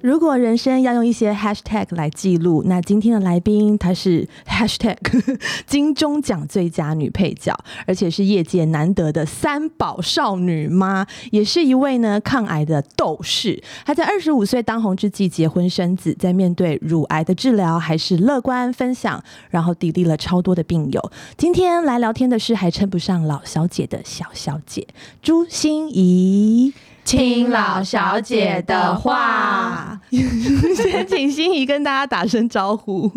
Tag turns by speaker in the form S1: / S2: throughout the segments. S1: 如果人生要用一些 hashtag 来记录，那今天的来宾她是 hashtag 金钟奖最佳女配角，而且是业界难得的三宝少女妈，也是一位呢抗癌的斗士。她在二十五岁当红之际结婚生子，在面对乳癌的治疗还是乐观分享，然后砥砺了超多的病友。今天来聊天的是还称不上老小姐的小小姐朱心怡。
S2: 听老小姐的话，
S1: 先请心怡跟大家打声招呼。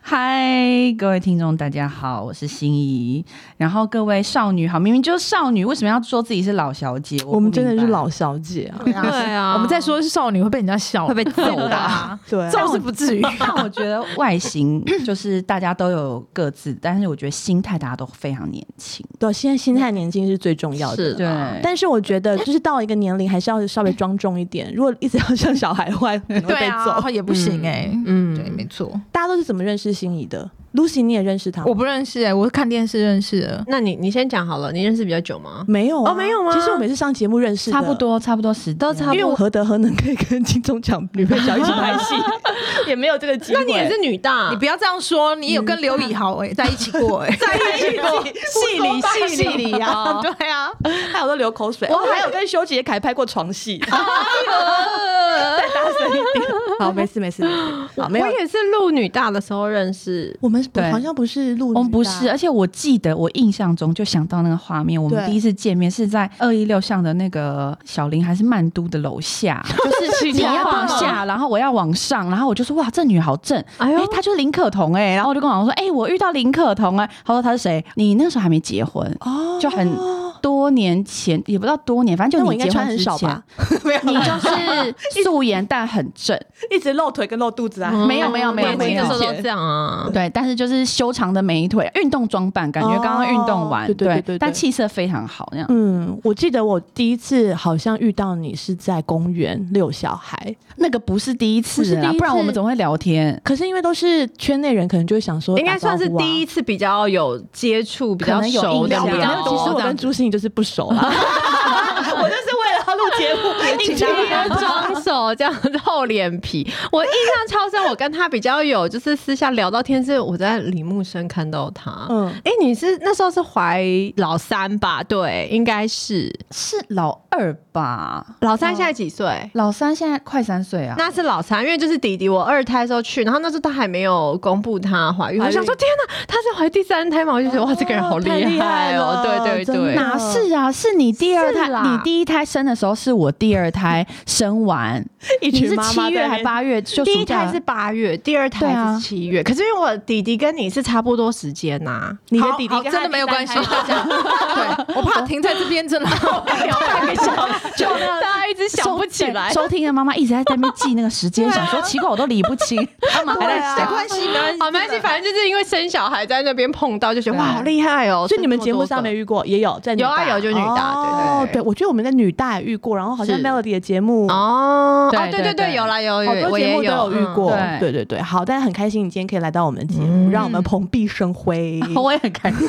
S2: 嗨，各位听众，大家好，我是心怡。然后各位少女好，明明就是少女，为什么要说自己是老小姐？
S1: 我们真的是
S2: 老。
S1: 老小姐啊，
S3: 对啊，我们再说是少女会被人家笑，
S4: 会被揍
S3: 揍
S4: 的
S3: 啊
S4: 啊，
S1: 对啊，
S3: 揍是不至于。
S2: 但我觉得外形就是大家都有各自，但是我觉得心态大家都非常年轻。
S1: 对，现在心态年轻是最重要的。
S4: 是
S2: 对，
S1: 但是我觉得，就是到一个年龄，还是要稍微庄重一点。如果一直要像小孩坏，可能会被
S3: 对
S1: 揍。
S3: 啊，也不行哎、
S4: 嗯，
S3: 对，没错，
S1: 大家都是怎么认识心怡的？Lucy，你也认识她吗？
S3: 我不认识哎、我是看电视认识的。
S4: 那你你先讲好了，你认识比较久吗？
S1: 没有、啊、
S4: 哦没有吗
S1: 其实我每次上节目认识的
S2: 差不，多差不多十都差
S1: 因为我何德何能可以跟金钟奖女配角一起拍戏，也没有这个机会。
S4: 那你也是女大，
S3: 你不要这样说，你有跟刘以豪 哎、在一起过哎、 在一起过，
S1: 戏里戏里呀、啊，
S3: 对啊，
S1: 还有都流口水。我哦还有哦跟修杰楷拍过床 戏，再大声一点。 好，没事没事没事。
S2: 啊
S1: 好，没有
S4: 我。也是录女大的时候认识，
S1: 我们不
S2: 对
S1: 好像不是录，啊
S2: 我们哦不是，而且我记得我印象中就想到那个画面，我们
S1: 对
S2: 第一次见面是在二一六巷的那个小林还是曼都的 楼下，就是你要往下，然后我要往上，然后我就说哇，这女好正，
S4: 哎
S2: 哎、
S4: 呦，
S2: 她就是林可彤哎、然后我就跟我老公说，哎、我遇到林可彤哎、她说她是谁？你那时候还没结婚，
S1: 哦
S2: 就很多年前也不知道多年，反正
S1: 那
S2: 就
S1: 我
S2: 你
S1: 应该
S2: 结
S1: 穿
S2: 婚
S1: 很
S2: 之
S1: 少
S2: 前，
S1: 吧？ 没有
S2: 你
S1: 啦，
S2: 就是 素颜但很 正，
S1: 一直露腿跟露肚子啊。
S4: 嗯
S2: 没有没有没有
S4: 年
S2: 没
S4: 轻的时候
S2: 有。
S4: 都这样啊。
S2: 对，但是就是修长的美腿，运动装扮，感觉刚刚运动完，
S1: 哦对对对对对
S2: 但气色非常好那样。
S1: 嗯，我记得我第一次好像遇到你是在公园遛小孩，
S2: 那个不是第一次
S1: 不是第一
S2: 啊，
S1: 次
S2: 不然我们怎么会聊天？
S1: 可是因为都是圈内人，可能就会想说，
S4: 应该算是第一
S1: 一。
S4: 次比较有接触、比较
S2: 可能有
S4: 熟
S2: 印
S4: 的
S2: 象
S4: 比
S2: 比
S4: 较
S2: 较
S4: 多
S1: 其实我
S4: 这样
S1: 跟
S4: 子
S1: 朱心怡就是不熟 啦，我就是为了要录 节目，请大家
S4: 装熟这样厚脸皮，我印象超深。我跟他比较有，就是私下聊到天，是我在李木生看到他。嗯，
S1: 嗯，
S4: 哎、你是那时候是怀老三吧？对，应该是
S2: 是老二吧？
S4: 老
S1: 嗯
S4: 三。现在几岁？
S2: 老三现在快三岁啊。
S4: 那是老三，因为就是弟弟，我二胎的时候去，然后那时候他还没有公布她怀孕，
S1: 怀孕
S4: 我想说天哪，她是怀第三胎嘛，我就觉得哇，这个人好
S1: 太厉
S4: 厉
S1: 害
S4: 哦
S1: 了，
S4: 对对
S1: 真的
S4: 对，
S2: 哪是啊？是你第二胎
S4: 是，啦
S2: 你第一胎生的时候是我第二胎 生完，
S1: 一
S2: 你
S1: 群
S2: 是
S1: 妈
S2: 七
S1: 妈
S2: 月
S1: 在那
S2: 还
S1: 边
S2: 八月就
S4: 第
S2: 暑
S4: 一
S2: 假
S4: 胎是八月，第二胎
S2: 对啊
S4: 是七月，可是因为我弟弟跟你是差不多时间呐、
S1: 你的
S3: 好
S1: 弟弟
S3: 好
S1: 跟他
S3: 真的没有
S1: 第
S3: 关
S1: 三
S3: 系，
S1: 胎
S3: 大家。 对我怕停在这边 真的
S4: 半个小时，就大家一直想不起来。
S2: 收听的妈妈一直在那边记那个时 间，想说奇怪我都理不 清，他们还在
S1: 对啊
S2: 想。
S3: 系，没关
S4: 好，没关系，反正就是因为生小孩在那边碰到，就觉得哇，好厉害哦！
S1: 所以你们
S4: 生
S1: 节
S4: 这么
S1: 目
S4: 多
S1: 上
S4: 个
S1: 没遇过，也有在女
S4: 有啊
S1: 大
S4: 有就女大
S1: 哦
S4: 对对
S1: 对，
S4: 对
S1: 我觉得我们在女大也遇过，然后好像
S4: 是
S1: Melody 的节目。
S4: 哦，
S2: 对
S4: 哦对对
S2: 对
S4: 对，
S2: 对
S4: 有啦有
S1: 好
S4: 有，
S1: 多
S4: 我也
S1: 节目都
S4: 有
S1: 遇过，
S2: 嗯
S1: 对对对，好，但是很开心你今天可以来到我们的节
S4: 嗯
S1: 目，让我们蓬荜生 辉。
S2: 我也很开心，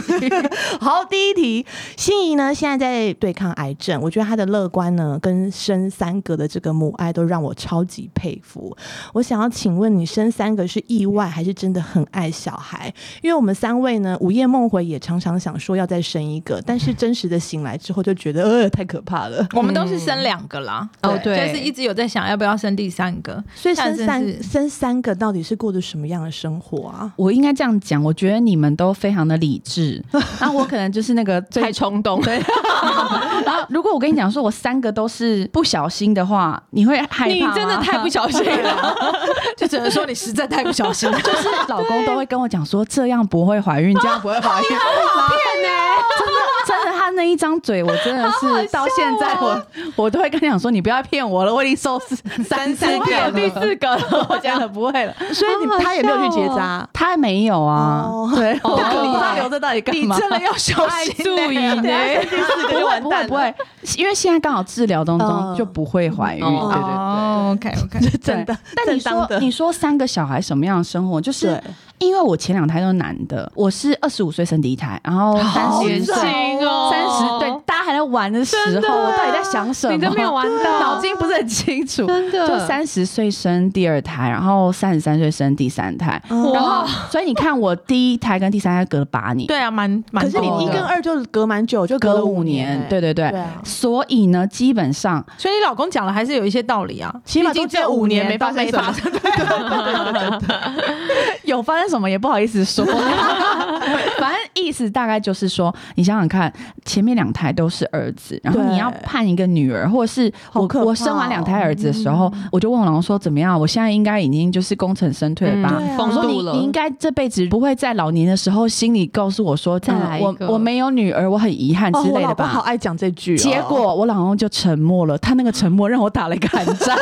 S1: 好，第一题，心仪呢现在在对抗癌症，我觉得她的乐观呢跟生三个的这个母爱都让我超级佩服。我想要请问你，生三个是意外还是真的很爱小孩？因为我们三位呢，午夜梦回也常常想说要再生一个，但是真实的醒来之后就觉得，呃，太可怕了。
S2: 哦
S3: 我们都是生两个啦，
S4: 哦对
S3: 就是一直有在想要不要生第三个，
S1: 所以生
S3: 但真
S1: 三
S3: 是
S1: 生三个到底是过着什么样的生活啊？
S2: 我应该这样讲，我觉得你们都非常的理智，然后我可能就是那个最
S4: 太冲动，
S2: 对，然后如果我跟你讲说我三个都是不小心的话，你会害怕
S4: 你真的
S2: 吗
S4: 太不小心了。
S1: 啊
S3: 就只能说你实在太不小心了。
S2: 就是老公都会跟我讲说这样不会怀孕，这样不会怀孕，
S4: 哎欸
S2: 真的真的，他那一张嘴，我真的是到现在我我都会跟他讲说你不要骗我了，我已经收拾三四
S3: 三
S2: 遍
S3: 遍
S2: 了，第四个了，我真的不会了。
S1: 所以你
S4: 好好
S1: 他也没有去结
S4: 笑哦
S1: 扎，
S2: 他没有啊
S1: 哦，
S2: 对，我
S3: 可
S2: 不知道
S3: 怕
S2: 留着到底干
S3: 你
S2: 嘛。
S3: 真的要小
S4: 爱
S3: 心、欸，
S4: 注意呢，
S1: 第四个就完
S2: 不会
S1: 蛋
S2: 不会，因为现在刚好治疗当
S1: 嗯
S2: 中就不会怀孕，
S4: 哦
S2: 对对对。
S3: 哦，OK OK，
S1: 是 真的。
S2: 但你
S1: 正当
S2: 说
S1: 的
S2: 你说三个小孩什么样的生活？就是
S1: 对
S2: 因为我前两胎都是男的，我是二十五岁生第一胎，然后三
S4: 好
S2: 十
S4: 年
S2: 岁
S4: 轻哦
S2: 三十对，大家还在玩的时
S4: 真的
S2: 候，我到底在想什么？
S4: 你都没有玩
S5: 啊
S4: 到，
S2: 脑筋 不是很清楚。
S4: 真的
S2: 就三十岁生第二胎，然后三十三岁生第三胎，
S1: 嗯
S2: 然后所以你看我第一胎跟第三胎隔了八年，
S5: 对啊，蛮蛮
S1: 可是
S5: 多的。
S1: 你一跟二就隔蛮久，就
S2: 隔
S1: 了
S2: 五
S1: 年
S2: 年
S1: 欸，，
S2: 对对对
S1: 对啊。
S2: 所以呢，基本上
S5: 所以你老公讲了还是有一些道理啊，
S1: 起码
S5: 毕竟
S1: 都这
S5: 这五年没
S1: 都
S5: 发生
S1: 没
S5: 什么
S1: 发
S5: 事
S1: 生，对对对对对对
S2: 有发生什么也 不好意思 说，反正意思大概就是说，你想想看，前面两胎都是儿子，然后
S1: 对
S2: 你要判一个女儿，或者是我
S1: 好可怕哦嗯
S2: 我生完两胎儿子的时候，我就问我老公说怎么样？我现在应该已经就是功成身
S4: 嗯
S2: 退了吧？
S1: 对啊
S4: 风
S2: 我说你
S4: 度了，
S2: 你应该这辈子不会在老年的时候心里告诉我说，再
S4: 来一
S2: 我
S4: 个
S2: 我没有女儿，我很遗憾
S1: 哦，
S2: 之
S1: 我
S2: 类
S1: 老
S2: 的
S1: 婆好
S2: 吧。
S1: 爱讲这句哦。
S2: 结果我老公就沉默了，他那个沉默让我打了一个寒 战，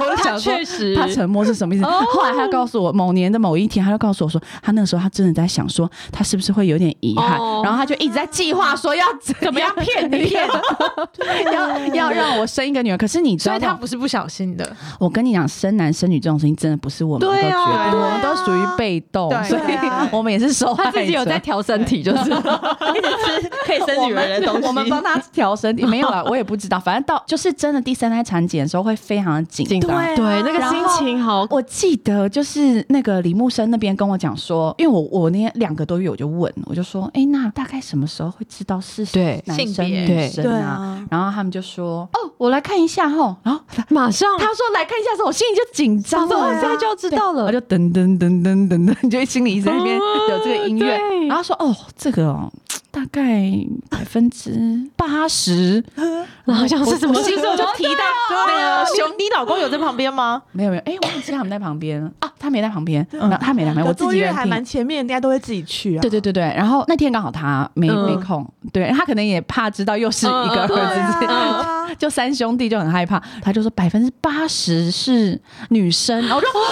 S2: 我就想说
S4: 确实
S2: 他沉默是什么意思？后来他告诉我，某年的某一天，他就告诉我说，他那个时候他真的在想说，他是不是会有点遗憾，
S4: 哦
S2: 然后他就一直在计划说要怎么样骗你，骗要要让我生一个女儿。可是你知
S5: 所
S2: 道
S5: 以他
S2: 吗，
S5: 不是不小心的，
S2: 我跟你讲，生男生女这种事情真的不是我们能够决
S4: 对
S2: 定，
S4: 啊
S2: 我们都属于被动，
S5: 对
S2: 所
S5: 对
S2: 以
S5: 啊
S2: 我们也是受害
S4: 他
S2: 者。
S4: 自己有在调身体， 就是
S5: 可以生女人的东
S2: 我们帮他调身体，没有了，我也不知道。反正到就是真的第三胎产检的时候会非常的紧张，
S1: 对
S4: 对那个
S2: 然
S4: 心
S2: 后
S4: 情好
S2: 我记得就是那个李木生那边跟我讲说，因为我我那天两个多月我就问，我就说，哎、那大概什么时候会知道是
S4: 对
S2: 男
S5: 性
S2: 生
S5: 别
S2: 女
S4: 对
S2: 生
S1: 对
S2: 啊？
S1: 啊，
S2: 然后他们就说，哦，我来看一下吼。 然后他
S4: 马上
S2: 他说来看一下的时候，我心里就紧张
S4: 我
S2: 了，
S4: 现在就要知道了
S2: 我就噔噔噔噔噔噔，就心里一直在那边有这个音乐，
S4: 对
S2: 然后说哦，这个哦，大概百分之八十，
S4: 然后像是什么
S2: 我心中就提到
S5: 那个啊熊，你老公有在旁边吗？
S2: 没有没有，哎、我忘记他们在旁边啊，他没在旁边，然后他没在哎旁边，我
S1: 我
S2: 自
S1: 多
S2: 己一
S1: 月
S2: 个人
S1: 还
S2: 听
S1: 蛮前面，应该都会自己去啊。
S2: 对对对对，然后那天刚好他没、
S4: 嗯
S2: 没空，对他可能也怕知道又是一个儿
S4: 嗯嗯
S2: 子，
S1: 对啊，
S2: 就三兄弟就很害怕，他就说百分之八十是女生，然后我就哇，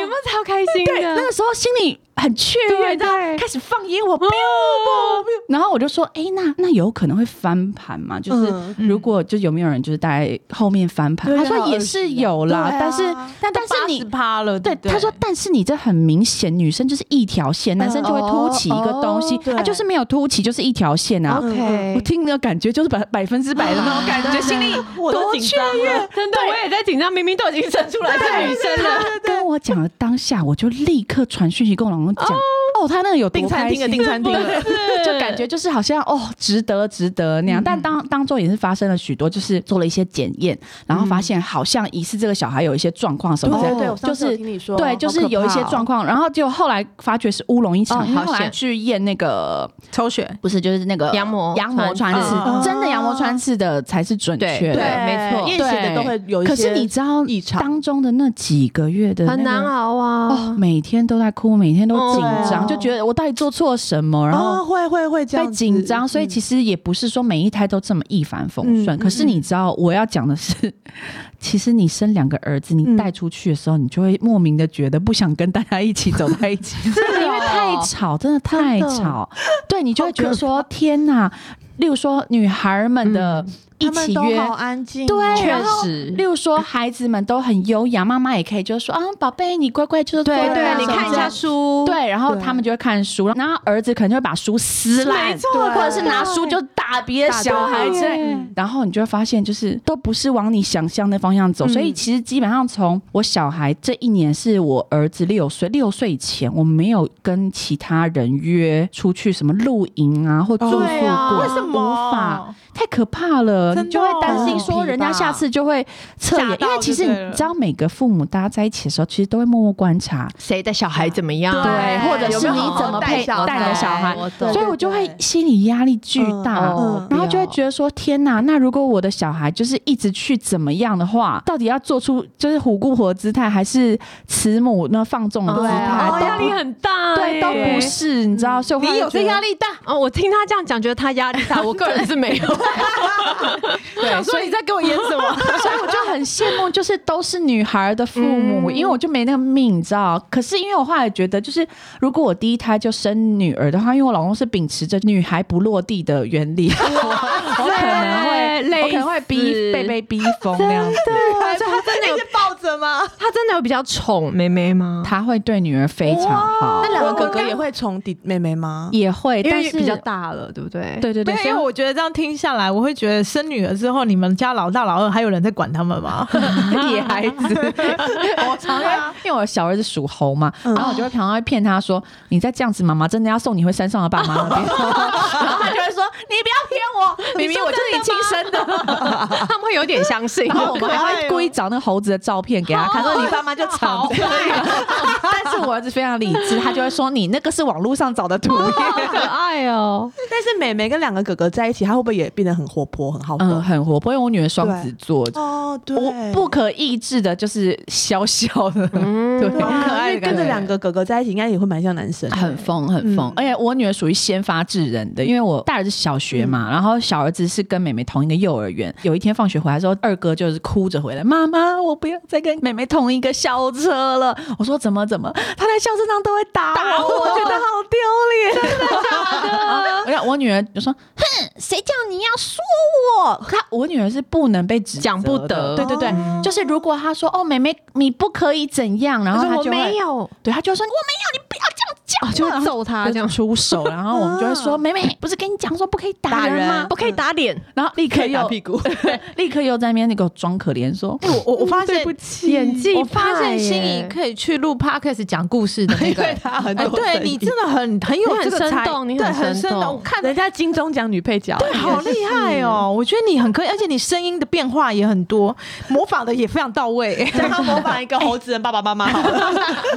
S4: 有没有超开心
S2: 对，那
S4: 的？
S2: 个时候心里很雀跃，
S4: 对
S2: 你知道
S4: 对
S2: 开始放烟火，biu biu biu 然后我就说，哎、那那有可能会翻盘嘛？就是
S1: 嗯
S2: 如果就有没有人就是在后面翻盘？
S1: 对
S2: 他
S1: 还有
S2: 说也是有啦，
S1: 对啊
S2: 但是但
S5: 但
S2: 是你。
S5: 趴了，
S2: 对，
S5: 不
S2: 他说，但是你这很明显，女生就是一条线，男生就会凸起一个东西
S1: 哦，对
S2: 他就是没有凸起，就是一条线啊。
S1: OK
S2: 我听那个感觉就是百百分之百的那种感觉，心里
S5: 我都
S2: 多
S5: 紧
S2: 雀
S5: 张
S2: 跃，
S4: 真的，我也在紧张，明明都已经生出来的女生了，
S2: 他跟我讲了当下，我就立刻传讯息跟我老公讲，哦，他那个有多
S5: 订餐
S2: 开
S5: 厅
S2: 心
S5: 的，订餐厅 的，
S2: 就感觉就是好像哦，值得值得
S1: 嗯
S2: 那样。但当当中也是发生了许多，就是做了一些检验，然后发现好像疑似这个小孩有一些状况什么之类
S1: 对
S2: 的，
S1: 对，我
S2: 就
S1: 上次有
S2: 是
S1: 听你说，
S2: 对，就是
S1: 好可怕
S2: 有一些
S1: 哦
S2: 状况，然后就后来发觉是乌龙一
S4: 哦
S2: 场，因为
S4: 好
S2: 后来
S4: 险
S2: 去验哦那个
S5: 抽血，
S2: 不是就是那个
S4: 羊膜
S2: 羊膜穿
S4: 穿
S2: 刺，
S1: 嗯
S2: 真的羊膜穿刺的才是准
S4: 对
S2: 确
S1: 对，
S2: 的。
S4: 没错
S1: 验血
S2: 对
S1: 的都会有一些。
S2: 可是你知道
S1: 异常
S2: 当中的那几个月的
S4: 很
S2: 那个
S4: 难熬
S2: 哦
S4: 啊，。
S2: 每天都在哭，每天都紧张，
S1: 嗯哦
S2: 就觉得我到底做错什么，然
S1: 哦，
S2: 后
S1: 会会会这样
S2: 被
S1: 子
S2: 紧张，所以其实也不是说每一胎都这么一帆风顺。
S1: 嗯
S2: 可是你知道我要讲的是， 其实你生两个儿子，你
S1: 嗯
S2: 带出去的时候，你就会莫名的觉得不想跟大家一起走在一起，
S1: 哦
S2: 因为太吵，真的太吵，对你就会觉得说天哪。例如说，女孩们的一
S1: 嗯他们
S2: 起
S1: 都
S2: 约，
S1: 好安静哦，
S2: 对，
S4: 确
S2: 然后
S4: 实
S2: 例如说孩子们都很优雅，妈妈也可以就是说啊，宝贝，你乖乖就是坐
S4: 对
S2: 着
S4: 对，
S2: 啊
S4: 你
S2: 什么
S4: 看一
S2: 之类
S4: 下
S2: 的
S4: 书，
S2: 对，然后
S1: 对
S2: 他们就会看书，然后儿子可能就会把书撕烂，
S5: 没错
S2: 或者是拿书就打别的小孩之
S1: 打
S2: 类
S1: 对。
S2: 然后你就会发现，就是都不是往你想象的方向走。所以其实基本上从我小孩这一年是我儿子六岁，六岁以前我没有跟其他人约出去什么露营啊或住宿过，
S1: 对啊
S5: 为什么
S2: 无法？太可怕了，
S5: 真的
S2: 你就会担心
S5: 哦
S2: 说人家下次就会侧眼
S5: 吓，
S2: 因
S5: 到
S2: 为其实
S5: 就
S2: 你
S5: 对了
S2: 知道，每个父母大家在一起的时候，其实都会默默观察，
S4: 谁的小孩怎么样？
S2: 对，或者
S1: 有没
S2: 是
S1: 有
S2: 你
S1: 好好
S2: 怎么
S1: 带
S2: 配
S1: 小孩
S2: 带你的小孩，
S4: 我
S1: 对
S4: 懂
S2: 所以我就会心理压力巨大
S1: 嗯。
S4: 哦
S2: 然后就会觉得说，天哪！那如果我的小孩就是一直去怎么样的话，到底要做出就是虎姑婆的姿态，还是慈母那放纵的姿
S4: 对
S2: 态？
S4: 啊，
S2: 都
S4: 压力
S2: 不
S4: 很大，
S2: 对，都不。是，你知道？所以我后来
S4: 你有
S2: 就觉得
S4: 这压力大哦，我听他这样讲，觉得他压 力大，我个人是没有。
S5: 想说你在跟我演什么？
S2: 所以我就很羡慕，就是都是女孩的父母，因为我就没那个命，你知道。可是因为我后来觉得，就是如果我第一胎就生女儿的话，因为我老公是秉持着女孩不落地的原理，我可能会，
S4: 累
S2: 我可能会逼
S4: 死
S2: 被被逼疯那样子。
S1: 对，所以他真的有抱着
S5: 的吗？
S4: 哎他真的有比较宠妹妹吗？
S2: 他会对女儿非常好
S1: 那，两个哥哥
S5: 我
S1: 也会宠弟妹妹吗？
S2: 也会，
S4: 因
S2: 但
S4: 为
S2: 是
S4: 比较大了，对不对？
S2: 对对
S5: 没
S2: 对，
S5: 有，
S2: 所以
S5: 因为我觉得这样听下来，我会觉得生女儿之后，你们家老大老二还有人在管他们 吗？
S2: 野孩子， 我常常因为我小儿子属猴嘛，
S5: 嗯
S2: 然后我就会常常会骗他说：“你再这样子，妈妈真的要送你回山上的爸妈 那边。”然后他就会说：“你不要骗我，明明我就是你亲生的。
S4: 他们会有点相信”
S2: 然后我们还
S5: 好可爱
S2: 会
S5: 哦
S2: 故意找那个猴子的照片给他 看，说：“你爸妈就吵。”但是我儿子非常理智，他就会说：“你那个是网络上找的图片。
S4: 好可爱哦！
S1: 但是妹妹跟两个哥哥在一起，她会不会也变得很活泼、很好”
S2: 嗯，
S1: 动？
S2: 很活泼，因为我女儿双子座，
S1: 哦，对，
S2: 我不可抑制的就是小小的，对，
S1: 对啊
S2: 很可爱
S1: 因为
S2: 的感
S1: 跟
S2: 觉
S1: 着两个哥哥在一起，应该也会蛮像男生的。
S2: 很疯，很
S4: 嗯
S2: 疯。而且我女儿属于先发制人的，因为我大儿子是小学
S4: 嗯
S2: 嘛，然后小儿子是跟妹妹同一个幼儿园。有一天放学回来之后，二哥就是哭着回来：“妈妈，我不要再跟妹妹同一个校车了。”我说：“怎么怎么？她在校车上都会打我，我觉得好丢脸。”
S4: 啊
S2: 然后我女儿就说：“哼，谁叫你要说我？”她我女儿是不能被指责的
S4: 讲不得嗯
S2: 对对对，就是如果她说：“哦，妹妹你不可以怎样”，然后她就会
S4: 有，哦
S2: 对，他就会说我没有，你不要这样讲、
S4: 就会揍他这样
S2: 出手，然后我们就会 说，妹妹不是跟你讲说不可以打人吗？
S4: 不可以打脸，
S2: 然后立刻又
S1: 股，
S2: 对立刻又在那边那个装可怜说，
S5: 哎我我我发现，
S4: 演技
S5: 我发
S4: 派
S5: 现
S4: 耶
S5: 心仪可以去录 podcast 讲故事的那个。
S1: 她很
S5: 哎，对你真的很很有
S4: 你很
S5: 这个
S4: 生
S5: 才
S4: 动你
S5: 对
S4: 很
S5: 很
S4: 生动
S5: 动。我看
S1: 人家金钟奖女配角，
S5: 对， 好厉害哦！我觉得你很可以，而且你声音的变化也很多，模仿的也非常到位。
S1: 让她模仿一个猴子的爸爸妈妈好了。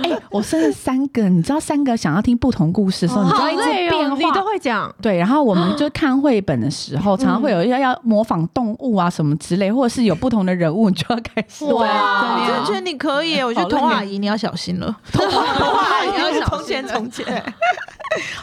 S2: 哎、我生了三个，你知道三个想要听不同故事的时候，你嗯知道一直
S4: 累
S2: 变
S4: 哦，
S2: 化。
S4: 你都会讲，
S2: 对，然后我们就看绘本的时候，常常会有要要模仿动物啊什么之类，或者是有不同的人物，你就要开始
S5: 对啊，
S4: 哇
S5: 我真的觉得 你可以耶。我觉得
S2: 好累
S5: 童阿姨你要小心了，童阿姨要小
S1: 从
S5: 心
S1: 前
S5: 了。
S1: 从前，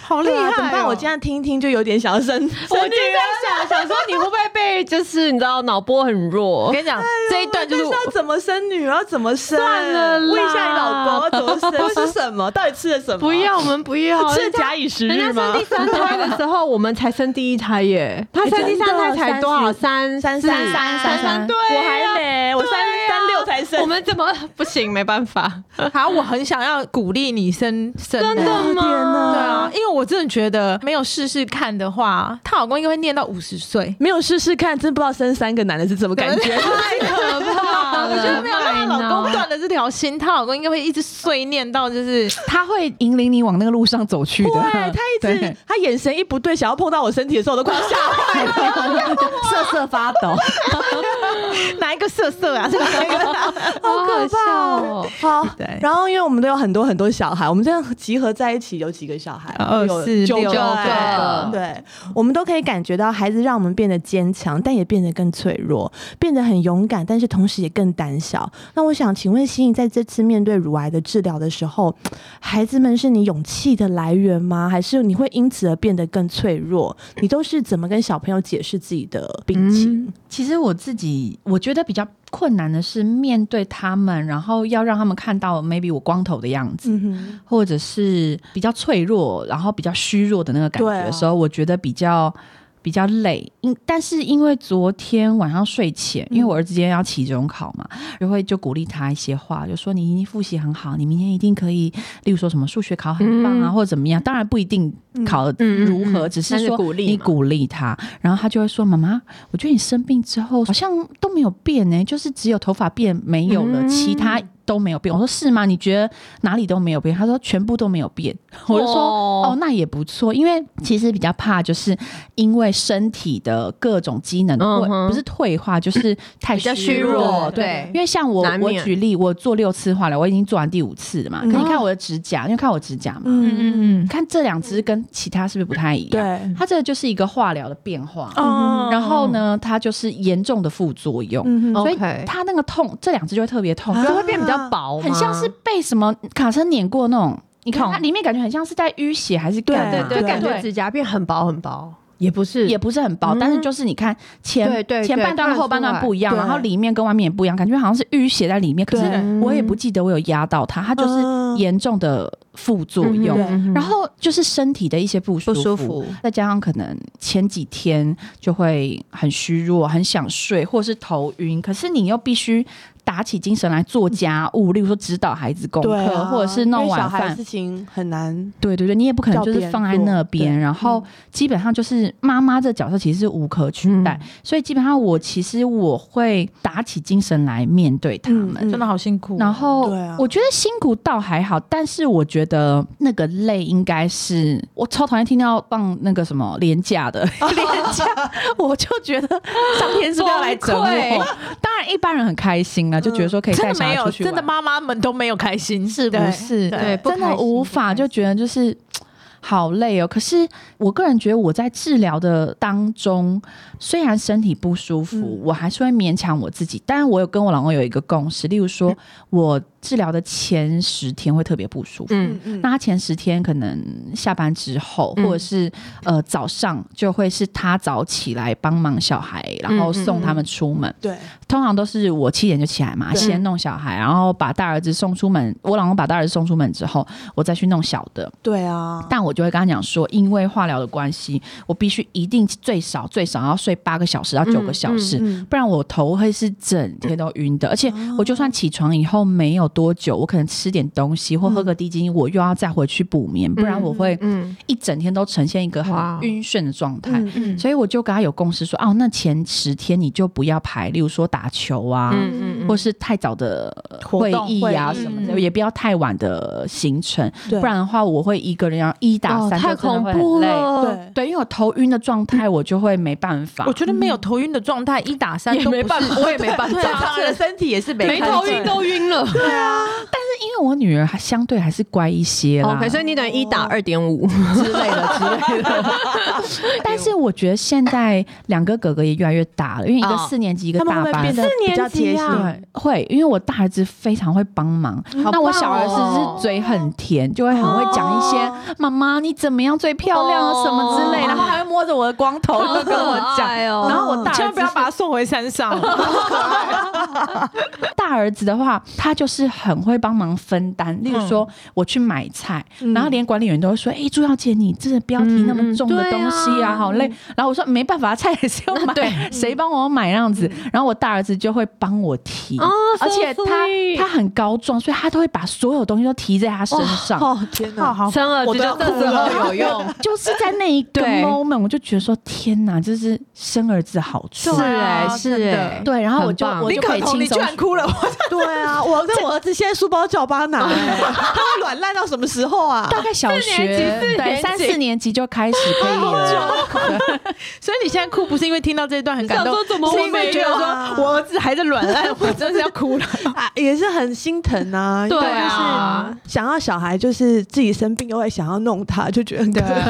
S5: 好厉
S1: 对
S5: 害
S1: 啊
S5: 哦！
S1: 怎么办？我这样听一听就有点想要生，我
S4: 我就在想，想说你会不会被，就是你知道脑波很弱
S5: 我，跟你讲，
S4: 这一段就是
S1: 但是要怎么生女儿，要怎么生？
S4: 算了啦
S1: 问一下你老公要怎么生？吃什 么？到底吃了什么？
S4: 不要，我们不要，
S1: 吃了
S4: 人家
S1: 假以时
S4: 人
S1: 日
S4: 家生
S1: 吗
S4: 第？三胎的时候，我们才生第一胎耶，他生第三胎才多少？三
S1: 三
S4: 四
S1: 三
S2: 三三三
S1: 对啊，我还没，我三三六才
S4: 啊我
S1: 生。
S4: 们怎么不行？没办法，
S5: 好，我很想要鼓励你生生，真
S4: 真的吗
S5: 对啊，因为我真的觉得没有试试看的话，她老公应该会念到五十岁。
S1: 没有试试看，真不知道生三个男的是什么感觉。
S5: 太可怕
S4: 了
S5: 我觉得没有让她老
S4: I
S5: 公
S4: know
S5: 断了这条心，她老公应该会一直碎念到就是
S2: 他会引领你往那个路上走去的。
S1: 对，他一直
S2: 对
S1: 他眼神一不对，想要碰到我身体的时候，我都快要吓坏了。
S2: 瑟瑟发抖。
S5: 哪一个色色啊，这个哪一个
S4: 好可怕哦！
S1: 好
S5: 对，
S1: 然后因为我们都有很多很多小孩，我们这样集合在一起有几个小孩？我
S5: 呃
S1: 们有
S5: 四
S1: 九
S5: 六
S4: 个
S1: 对，我们都可以感觉到孩子让我们变得坚强，但也变得更脆弱，变得很勇敢，但是同时也更胆小。那我想请问心怡，在这次面对乳癌的治疗的时候，孩子们是你勇气的来源吗？还是你会因此而变得更脆弱？你都是怎么跟小朋友解释自己的
S2: 嗯
S1: 病情？
S2: 其实我自己我觉得比较困难的是面对他们，然后要让他们看到 maybe 我光头的样子，
S1: 嗯哼，
S2: 或者是比较脆弱，然后比较虚弱的那个感觉
S1: 对啊
S2: 的时候，我觉得比较。比较累，因但是因为昨天晚上睡前，
S4: 嗯
S2: 因为我儿子今天要期中考嘛，就会就鼓励他一些话，就说你已经复习很好，你明天一定可以，例如说什么数学考很棒啊，
S4: 嗯
S2: 或者怎么样，当然不一定考得
S4: 嗯嗯嗯
S2: 如何，
S4: 嗯
S2: 只是
S4: 但是
S2: 说
S4: 鼓励
S2: 你
S4: 嘛
S2: 鼓励他，然后他就会说妈妈，我觉得你生病之后好像都没有变呢、就是只有头发变没有了，
S4: 嗯
S2: 其他都没有变。我说是吗？你觉得哪里都没有变？他说全部都没有变。我就说
S4: 哦
S2: 哦，那也不错，因为其实比较怕就是因为身体的各种机能
S4: 嗯
S2: 退，
S4: 哼
S2: 不是退化，就是太
S4: 比较
S2: 虚
S4: 虚弱
S2: 对。
S4: 对
S2: 因为像我
S4: 难，
S2: 我
S4: 免嗯
S2: 举例，我做六次化疗，我已经做完第五次了嘛。可你看我的指甲，因为看我指甲嘛，
S5: 嗯嗯
S2: 你看这两只跟其他是不是不太一样？
S1: 对，
S2: 它这个就是一个化疗的变化，
S5: 哦
S2: 然后呢，它就是严重的副作用，
S1: 嗯
S2: 所以
S4: OK
S2: 它那个痛，这两只就会特别痛，
S1: 啊
S2: 就
S4: 就
S2: 会
S4: 会变比较薄吗，
S2: 很像是被什么卡车碾过那种。你看
S4: 痛
S2: 它里面感觉很像是在淤血还是干
S4: 对
S2: 嘛？
S4: 对，
S1: 对
S4: 感觉
S2: 对
S4: 指甲变很薄很薄，也不是
S2: 也不是很薄，
S4: 嗯
S2: 但是就是你看前
S4: 对对对
S2: 前半段跟后半段不一样，
S1: 看得
S2: 然
S1: 出来
S2: 后里面跟外面也不一样，感觉好像是淤血在里面。可
S1: 对
S2: 是我也不记得我有压到它，它
S5: 嗯
S2: 就是严重的副作用。
S1: 嗯
S2: 然后就是身体的一些不舒
S4: 不
S2: 服，
S4: 舒服，
S2: 再加上可能前几天就会很虚弱，很想睡，或是头晕，可是你又必须。打起精神来做家务，例如说指导孩子功课，
S5: 对啊，
S2: 或者是弄
S5: 因为小
S2: 晚
S5: 孩
S2: 饭
S5: 的事。情很难。
S2: 对对对，你也不可能
S5: 叫
S2: 就
S5: 别
S2: 是
S5: 人
S2: 放在
S5: 做
S2: 那边，
S5: 对
S2: 然后基本上就是妈妈这角色其实是无可取代，
S5: 嗯
S2: 所以基本上我其实我会打起精神来面对他们。
S1: 嗯
S5: 真的好辛苦哦。
S2: 然后
S5: 对啊，
S2: 我觉得辛苦倒还好，但是我觉得那个累应该是我超讨厌听到放那个什么廉价 的廉价，我就觉得上天是不是要来整我
S4: 崩溃？
S2: 当然一般人很开心啊，就觉得说可以
S5: 真
S2: 带
S5: 的
S2: 小
S5: 没
S2: 孩
S5: 有，
S2: 出去玩，
S5: 真的妈妈们都没有开心，是
S2: 不是
S4: 对，不
S2: 真的
S4: 开心
S2: 无法，就觉得就是。好累哦！可是我个人觉得，我在治疗的当中，虽然身体不舒服，
S5: 嗯
S2: 我还是会勉强我自己。当然，我有跟我老公有一个共识，例如
S4: 嗯
S2: 说，我治疗的前十天会特别不舒服，
S4: 嗯
S5: 嗯嗯
S2: 那他前十天可能下班之后，
S4: 嗯
S2: 或者是呃早上，就会是他早起来帮忙小孩，然
S4: 嗯
S2: 后送他们出门。
S5: 对，
S2: 通常都是我七点就起来嘛，
S5: 对
S2: 先弄小孩，然后把大儿子送出门。我老公把大儿子送出门之后，我再去弄小的。
S5: 对啊，
S2: 但我就会跟他讲说，因为化疗的关系，我必须一定最少最少要睡八个小时到九个小时。
S5: 嗯哦
S2: 不然我头会是整天都晕的，而且我就算起床以后没有多久，我可能吃点东西或喝个低筋，我又要再回去补眠，不然我会
S4: 嗯，
S2: 一整天都呈现一个
S4: 哇
S2: 很晕眩的状态。
S5: 嗯嗯
S2: 所以我就跟他有共识说，哦，那前十天你就不要排，例如说打球啊，
S4: 嗯嗯嗯
S2: 或是太早的
S5: 活
S2: 会
S5: 动
S2: 议啊
S5: 会议
S2: 什么的，
S5: 嗯
S2: 也不要太晚的行程，
S5: 对
S2: 不然的话我会一个人要一打
S4: 哦
S2: 三，
S4: 太
S2: 就真的
S4: 恐
S2: 会很
S4: 怖
S2: 累。
S4: 了，
S5: 对。
S2: 对，因为我头晕的状态，我就会没办法
S5: 我。觉得没有头晕的状态，一打三
S4: 也
S5: 都
S4: 没
S5: 不
S4: 办
S5: 是啊
S4: 法，我也没办
S5: 正
S4: 法，
S5: 常人的身体也是没
S4: 没
S5: 看
S4: 头
S5: 见
S4: 晕都晕了。
S2: 因为我女儿还相对还是乖一些啦
S4: OK，所以你等于一打二点 五，
S2: 之类的之类的。但是我觉得现在两个哥哥也越来越大了，因为一个
S4: 哦
S2: 四年级，一个
S5: 他们
S2: 大
S5: 会不会
S2: 班
S5: 变。得比较贴心？
S2: 啊对，会，因为我大儿子非常会帮忙，那我小儿子是嘴很甜，就会很会讲一些“妈妈你怎么样最漂亮啊”什么之类，
S4: 哦
S2: 然后还会摸着我的光头就跟我讲。
S4: 哦
S2: 然后我大
S5: 千
S2: 儿
S5: 万不
S2: 子
S5: 要
S2: 是
S5: 把他送回山上。
S2: 大儿子的话，他就是很会帮忙分担。例如说，我去买菜，然后连管理员都会说：“哎、朱小姐，你真的不要提那么重的东西啊，好累。”然后我说：“没办法，菜也是要买，对， 谁帮我买那样子？”然后我大儿子就会帮我提，
S4: 哦
S2: 而且
S4: so
S2: 他
S4: sweet
S2: 他很高壮，所以他都会把所有东西都提在他身上。
S5: 哦天哪， 好
S4: 生儿子
S5: 我
S4: 就
S5: 都要
S4: 这
S5: 哭
S4: 时
S5: 了
S4: 候有用，
S2: 就是在那一个
S4: 对
S2: moment，我就觉得说：“天哪，这是生儿子的好处。
S4: 是
S5: 对
S4: 哎
S5: 啊
S4: 是
S5: 真的
S4: 哎，
S2: 对，然后我就
S4: 很棒
S2: 我就可以
S5: 头
S2: 轻
S5: 你居
S2: 松
S5: 然哭了，我
S1: 对啊，我
S5: 那我儿子现在书包叫我帮他拿，欸他会软烂到什么时候啊？
S2: 哦大概小学对三四年级就开始可 以研究，
S5: 所以你现在哭不是因为听到这一段很感
S4: 想
S5: 动
S4: 说，怎么
S5: 是
S4: 我
S5: 因为
S4: 没
S5: 觉得
S4: 有啊
S5: 说我儿子还在软烂，我真的是要哭了。
S1: 啊也是很心疼啊，
S4: 对啊，
S1: 想要小孩就是自己生病又会想要弄他，就觉得很可爱。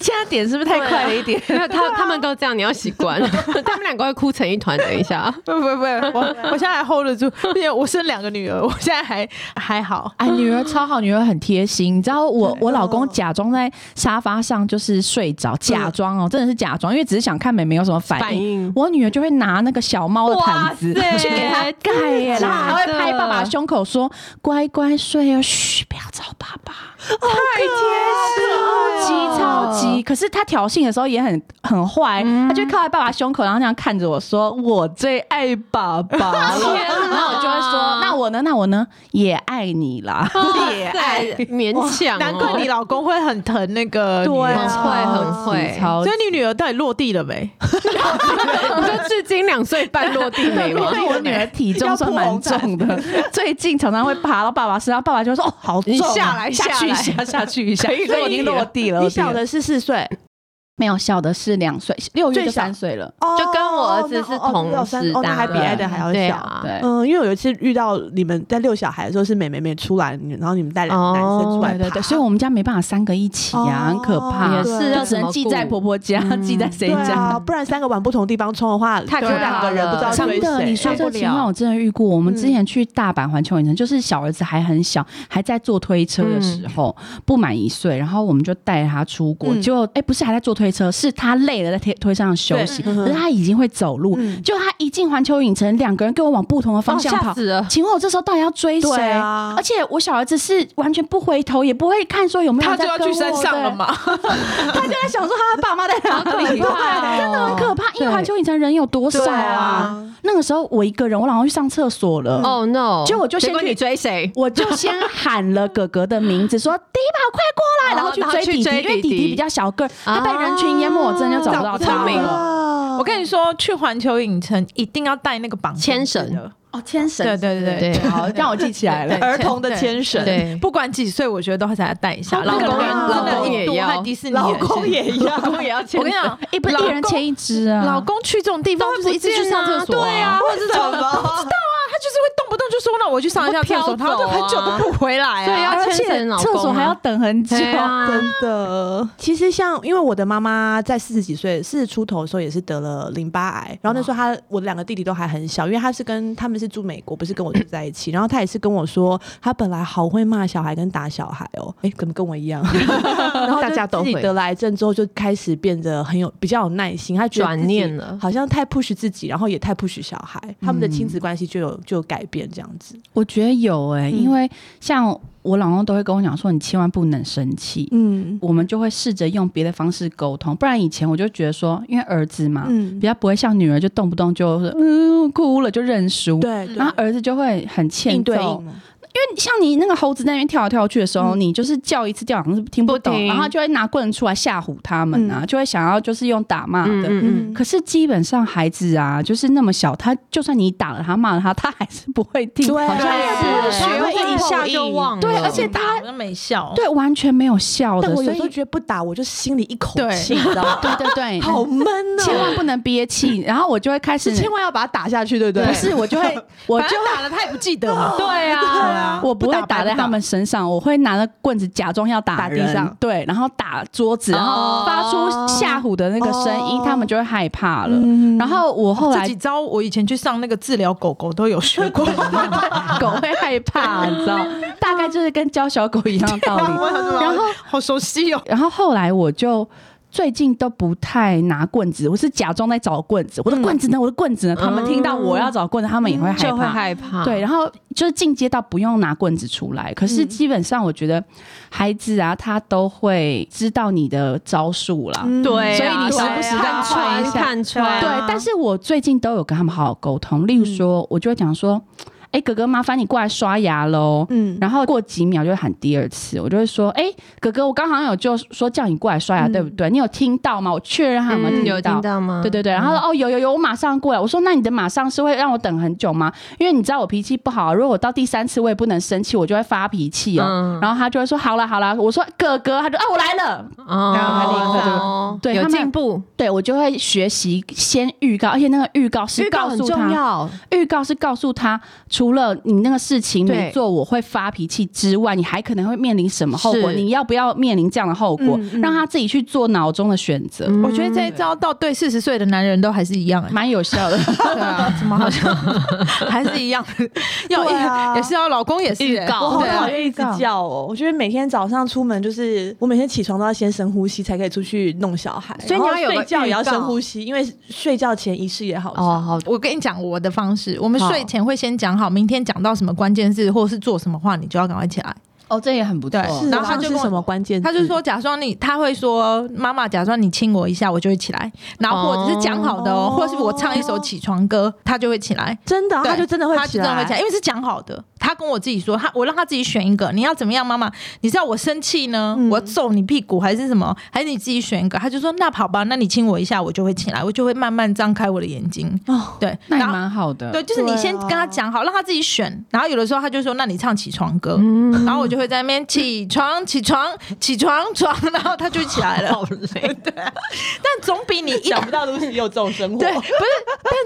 S2: 现在点是不是太快了一点？
S4: 啊没有他他们都这样，你要习惯，他们两个会哭成一团。等一下，
S5: 不不不， 我我现在还 hold 得住， 而且我生两个女儿，我现在还 还好。
S2: 哎，女儿超好，女儿很贴心。你知道我我老公假装在沙发上就是睡着，假装哦，真的是假装，因为只是想看妹妹有什么反应。
S4: 反应
S2: 我女儿就会拿那个小猫的毯子
S4: 嗯哇塞啊
S2: 去给她盖耶，
S4: 真的
S2: 然后还会
S4: 假的
S2: 拍爸爸胸口说：“乖乖睡哦，嘘，不要吵爸爸。”
S4: 哦
S5: 太
S2: 超级超级，可是他挑衅的时候也很很坏，
S4: 嗯
S2: 他就靠在爸爸胸口，然后那样看着我说：“我最爱爸爸了。”
S4: 天哪
S2: 然后我就会说：“那我呢？那我呢？也爱你啦。，
S5: 也
S4: 在勉强哦，
S5: 难怪你老公会很疼那个女
S1: 对
S5: 儿，
S1: 啊
S4: 很会很会
S2: 超级
S5: 所以你女儿到底落地了没？
S4: 你说至今两岁半落地没 吗？
S2: 因为我女儿体重算蛮重的，最近常常会爬到爸爸身上，爸爸就会说：“哦，好重、
S4: 你
S2: 啊！”
S4: 下来
S2: 下去一
S4: 下
S2: 下，下去一下，
S4: 可以
S2: 所以
S4: 落
S2: 我已
S4: 地
S2: 经
S4: 了
S2: 落地了。
S1: 你
S2: 落地了
S1: 小的是四岁，
S2: 没有，小的是两岁，六月
S1: 最
S2: 就
S1: 小
S2: 三岁了。
S1: 哦
S4: 就跟我儿子是同
S1: 哦哦
S4: 时
S1: 哦那
S4: 的啊，
S1: 还比爱的还要
S4: 对
S1: 小。
S4: 啊
S2: 对，
S1: 嗯，因为我有一次遇到你们在遛小孩的时候，是妹妹没出来，然后你们带两个男生出来爬，
S2: 对对对，所以我们家没办法三个一起呀，很可怕。
S1: 哦
S4: 也
S1: 对
S4: 是要
S2: 就只
S4: 怎
S2: 能
S4: 么
S2: 寄在
S4: 顾
S2: 婆婆家，
S4: 嗯
S2: 寄在谁
S1: 对啊，
S2: 家？
S1: 不然三个往不同地方冲的话，
S4: 太
S1: 就
S4: 可
S1: 两
S4: 怕
S1: 个人不知道
S4: 了
S2: 真
S1: 追
S2: 的，
S1: 谁
S2: 你说这
S4: 受
S2: 个
S4: 不了
S2: 情况我真的遇过。我们之前去大阪环球影城，就是小儿子还很小，还在坐推车的时候，不满一岁，然后我们就带他出国，
S5: 嗯
S2: 结果哎，不是还在坐推推车，是他累了在推推上休息，
S1: 对嗯
S2: 可是他已经会走路，
S1: 嗯
S2: 就他一进环球影城，两个人跟我往不同的方向
S4: 哦吓
S2: 跑，
S4: 死了
S2: 请问我这时候到底要追谁？
S1: 对啊
S2: 而且我小儿子是完全不回头，也不会看说有没有
S5: 他
S2: 人
S5: 就
S2: 在
S5: 要
S2: 跟
S5: 去山
S2: 我
S5: 上了
S2: 对
S5: 嘛，
S2: 他就在想说他爸妈在哪里，啊
S4: 好可怕哦
S2: 对，真的很可怕。因为
S4: 对
S2: 环球影城人有多少
S5: 对
S2: 啊？
S5: 啊
S2: 那个时候我一个人，我老公去上厕所了，
S4: ，Oh no！
S2: 结果我就先
S4: 结果
S2: 去
S4: 你追谁？
S2: 我就先喊了哥哥的名字，说迪宝快过来，
S4: 哦
S2: 然后去追弟弟，
S4: 然后去追
S2: 因为弟
S4: 弟
S2: 弟
S4: 弟
S2: 比较小个儿，他被人群淹没，我真的就找不到
S5: 找
S2: 他
S5: 不到
S2: 了。
S1: 哦
S5: 我跟你说，去环球影城一定要带那个绑
S4: 牵
S5: 绳子
S4: 绳
S5: 的，
S2: 哦，牵绳
S5: 对对对
S4: 对对
S2: 好，让我记起来了。
S5: 儿童的牵 绳
S4: 对对，
S5: 不管几岁，我觉得都会给他带一下。
S2: 好可
S5: 啊老
S2: 爱
S5: 公
S2: 哦
S5: 也真
S4: 老公
S5: 的
S4: 也
S5: 一多
S4: 要
S5: 在迪士尼，
S1: 老公也一
S5: 老
S1: 样，
S5: 公也要牵。我跟你讲，
S2: 一不一人牵一只啊！
S5: 老公去这种地方
S4: 那
S5: 就
S4: 不
S5: 是一直
S4: 见
S5: 去上厕
S4: 啊
S5: 所，
S4: 对啊
S5: 或者是
S1: 怎
S5: 怎么
S1: 么？
S5: 他就是会动不动就说那我去上一下厕所，
S4: 会飘
S5: 他就
S4: 走啊
S5: 很久都不回来
S4: 对
S5: 啊。
S4: 啊
S2: 而且
S4: 牵绳老公啊
S2: 厕所还要等很久。
S4: 对啊
S1: 真的，其实像因为我的妈妈在四十几岁、四十出头的时候也是得了淋巴癌，然后那时候她我的两个弟弟都还很小，因为她是跟他们是住美国，不是跟我住在一起，然后她也是跟我说，她本来好会骂小孩跟打小孩哦，哎，怎么跟我一样？ 然后就
S4: 大家都
S1: 自己
S4: 会
S1: 得了癌症之后就开始变得很有比较有耐心，她觉得自己
S4: 转念了
S1: 好像太 push 自己，然后也太 push 小孩，他们的亲子关系就有就有改变这样子，
S2: 我觉得有哎、
S1: 嗯
S2: 因为像我老公都会跟我讲说，你千万不能生气。
S1: 嗯
S2: 我们就会试着用别的方式沟通，不然以前我就觉得说，因为儿子嘛，
S1: 嗯
S2: 比，较不会像女儿就动不动就是嗯哭了就认输，
S1: 对，对
S2: 然后儿子就会很欠
S1: 应对
S2: 揍。
S1: 应，
S2: 像你那个猴子在那边跳来跳去的时候，
S1: 嗯
S2: 你就是叫一次叫两次听不
S4: 不
S2: 懂，
S4: 听
S2: 然后就会拿棍子出来吓唬他们啊，就会想要就是用打骂的。
S1: 嗯
S2: 可是基本上孩子啊，就是那么小，他就算你打了他、骂了他，他还是不会听，
S1: 对啊
S2: 好像
S1: 对
S2: 也啊不会
S1: 对
S2: 学
S4: 学
S2: 会。
S4: 会一下就忘了，
S2: 对而且
S5: 他好像没笑，
S2: 对，完全没有效
S1: 但
S2: 的，
S1: 我
S2: 哦所
S1: 有
S2: 以
S1: 时候觉得不打，我就心里一口
S5: 对
S1: 气，你知道 吗？
S2: 对对对，
S1: 好闷
S2: 千
S1: 哦！
S2: 万不能憋气，然后我就会开始
S1: 是，千万要把它打下去，对不对？
S2: 不是我 就 会，我
S5: 反
S2: 就
S5: 正打了他也不记得嘛。
S4: 对
S5: 对
S4: 啊，
S5: 啊，
S2: 我不会打在他们身上，我会拿着棍子假装要打
S1: 打地
S2: 人
S1: 上，
S2: 对，然后打桌子，然后发出吓唬的那个声音，
S1: 哦
S2: 他们就会害怕了。
S1: 嗯
S2: 然后我后
S5: 这
S2: 来
S5: 几招我以前去上那个治疗狗狗都有学 过，
S2: 狗会害怕，你知道，大概就是跟教小狗一样的道理。
S5: 然后好熟悉哦。
S2: 然后后来我就。最近都不太拿棍子，我是假装在找棍子。我的棍子呢？我的棍子呢？他们听到我要找棍子，他们也会害
S4: 嗯就会
S2: 怕。
S4: 害
S1: 啊
S4: 怕，
S2: 对，然后就是进阶到不用拿棍子出来，可是
S1: 嗯
S2: 基本上我觉得孩子啊，他都会知道你的招数啦。
S1: 嗯啊
S4: 对
S2: 所以
S4: 啊，
S2: 你时
S4: 对
S2: 不时
S4: 啊
S2: 看穿一下
S4: 看穿，
S2: 对，但是我最近都有跟他们好好沟通，例如
S1: 嗯
S2: 说，我就会讲说，哎、哥哥，麻烦你过来刷牙喽。
S1: 嗯，
S2: 然后过几秒就会喊第二次，我就会说：“哎、哥哥，我刚好像有就说叫你过来刷牙，
S1: 嗯
S2: 对不对？你有听到吗？我确认他有没
S4: 嗯
S2: 有
S4: 有
S2: 听到
S4: 听。到吗？
S2: 对对对，然后、哦有有有，我马上过来。我说那你的马上是会让我等很久吗？因为你知道我脾气不好，如果我到第三次我也不能生气，我就会发脾气哦。
S4: 嗯
S2: 然后他就会说好了好了，我说哥哥，他就啊我来了，
S5: 然后他立刻就
S4: 哦，
S2: 对
S4: 有
S2: 他们
S4: 进步，
S2: 对我就会学习先预告，而且那个预告是告诉他，
S4: 要，
S2: 预告是告诉他，除了你那个事情
S4: 对
S2: 没做，我会发脾气之外，你还可能会面临什么后果？
S4: 是
S2: 你要不要面临这样的后果？
S1: 嗯嗯
S2: 让他自己去做脑中的选择，
S5: 我觉得这一招到对四十岁的男人都还是一样哎，
S2: 蛮有效的。
S5: 对啊， 怎么好像还是一 样，要
S1: 对啊
S5: 也是要老公也是
S4: 预
S5: 哎
S1: 我
S4: 告
S1: 好
S5: 对
S1: 讨
S5: 啊
S1: 厌一直叫哦！我觉得每天早上出门就是，我每天起床都要先深呼吸，才可以出去弄小孩。
S4: 所以你要
S1: 然后
S4: 有个
S1: 睡觉也要
S4: 预告
S1: 深呼吸，因为睡觉前仪式也好。
S4: 哦，好，
S5: 我跟你讲我的方式，我们
S4: 好
S5: 睡前会先讲好，明天讲到什么关键字或是做什么话，你就要赶快起来。
S2: 哦，这也很不错。
S5: 对
S1: 是
S5: 然后他
S1: 像
S5: 就是跟我
S1: 什么关键字？
S5: 他就说，假装你，他会说妈妈，假装你亲我一下，我就会起来。然后或者是讲好的
S1: 哦
S5: 哦，或者是我唱一首起床歌，他就会起来。
S1: 真的，啊
S5: 对
S1: 他就真的会
S5: 他
S1: 起
S5: 就真的
S1: 来，
S5: 会起来，因为是讲好的。他跟我自己说，他我让他自己选一个，你要怎么样，妈妈？你知道我生气呢，
S1: 嗯
S5: 我揍你屁股还是什么？还是你自己选一个？他就说那好吧，那你亲我一下，我就会起来，我就会慢慢张开我的眼睛。
S1: 哦，
S5: 对，
S2: 那也
S5: 然后
S2: 蛮好的。
S5: 对，就是你
S1: 对啊
S5: 先跟他讲好，让他自己选。然后有的时候他就说，那你唱起床
S2: 嗯
S5: 歌，
S4: 嗯
S5: 然后我就会在那边起床起床起床床，然后他就起来了。
S4: 累，
S5: 但总比你一
S1: 想不到露西有这种生活
S5: 对，不。是，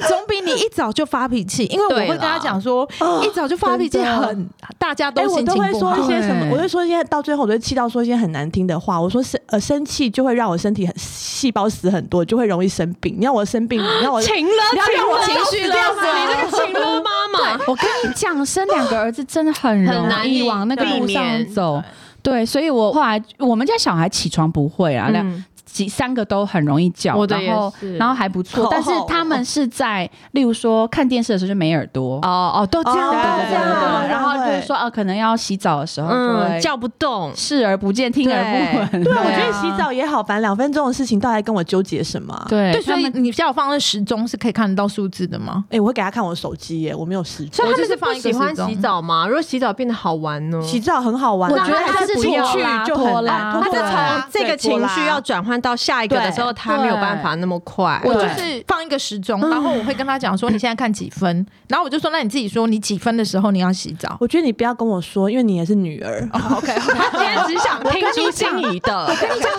S5: 但总比你一早就发脾气，因为我
S4: 对
S5: 会跟他
S4: 啦
S5: 讲说，一早就发脾气
S1: 真的
S5: 很，哦大家
S1: 哎、
S5: 都
S1: 我
S5: 心
S1: 都
S5: 情
S1: 会
S5: 不
S1: 说
S5: 好
S1: 一。些什么？
S2: 对
S1: 我会说一些到最后，我都会气到说一些很难听的话。我说生呃生气就会让我身体很细胞死很多，就会容易生病。你让我生病，你让 我
S4: 情了，
S1: 你要
S4: 情
S1: 让我
S4: 了
S1: 情绪勒
S4: 要死
S1: 索
S4: 你 这个情了妈 妈，
S2: 我跟你讲，生两个儿子真的很容
S4: 很难
S2: 易
S4: 以
S2: 往那个
S4: 避
S2: 路上
S4: 免
S2: 走。对，所以我后来我们家小孩起床不会啊，两
S4: 嗯
S2: 几三个都很容易叫，
S4: 我的也
S2: 然后
S4: 是哦
S2: 然后还不错
S5: 口，
S2: 但是他们是在例如说看电视的时候就没耳朵，
S4: 哦哦，都这样都
S5: 哦对
S4: 这样，
S2: 然后就是说哦，可能要洗澡的时候就
S4: 嗯，
S2: 会
S4: 叫不动，
S2: 视而不见，听而不闻，
S1: 对啊，我
S4: 对
S1: 觉
S4: 啊
S1: 得洗澡也好烦，两分钟的事情，到底还跟我纠结什么啊？
S2: 对
S5: 对，
S2: 对，
S5: 所
S2: 所
S5: 以
S2: 以
S5: 你叫我放那时钟是可以看得到数字的吗？
S1: 哎、我会给他看我手机耶，我没有时间。
S4: 所以
S5: 我
S4: 他
S5: 就
S4: 们
S5: 是
S4: 是
S5: 放
S4: 不
S5: 一个
S4: 喜欢
S5: 时钟
S4: 洗澡吗？如果洗澡变得好玩哦呢？
S1: 洗澡很好玩，
S2: 我
S1: 但
S2: 觉得
S1: 还
S2: 他是
S1: 不要
S2: 情绪
S1: 啦
S2: 就
S1: 拖
S2: 很
S1: 拉
S2: 懒
S4: 他
S1: 拖
S4: 是
S1: 拉
S4: 从这个情绪要转换到下一个的时候，他没有办法那么快。
S5: 我
S2: 对
S5: 就是放一个时钟，然后我会跟他讲说你现在看几分，然后我就说那你自己说你几分的时候你要洗澡。
S1: 我觉得你不要跟我说，因为你也是女儿。
S5: 哦 OK，
S4: 他今天只想听出心仪的，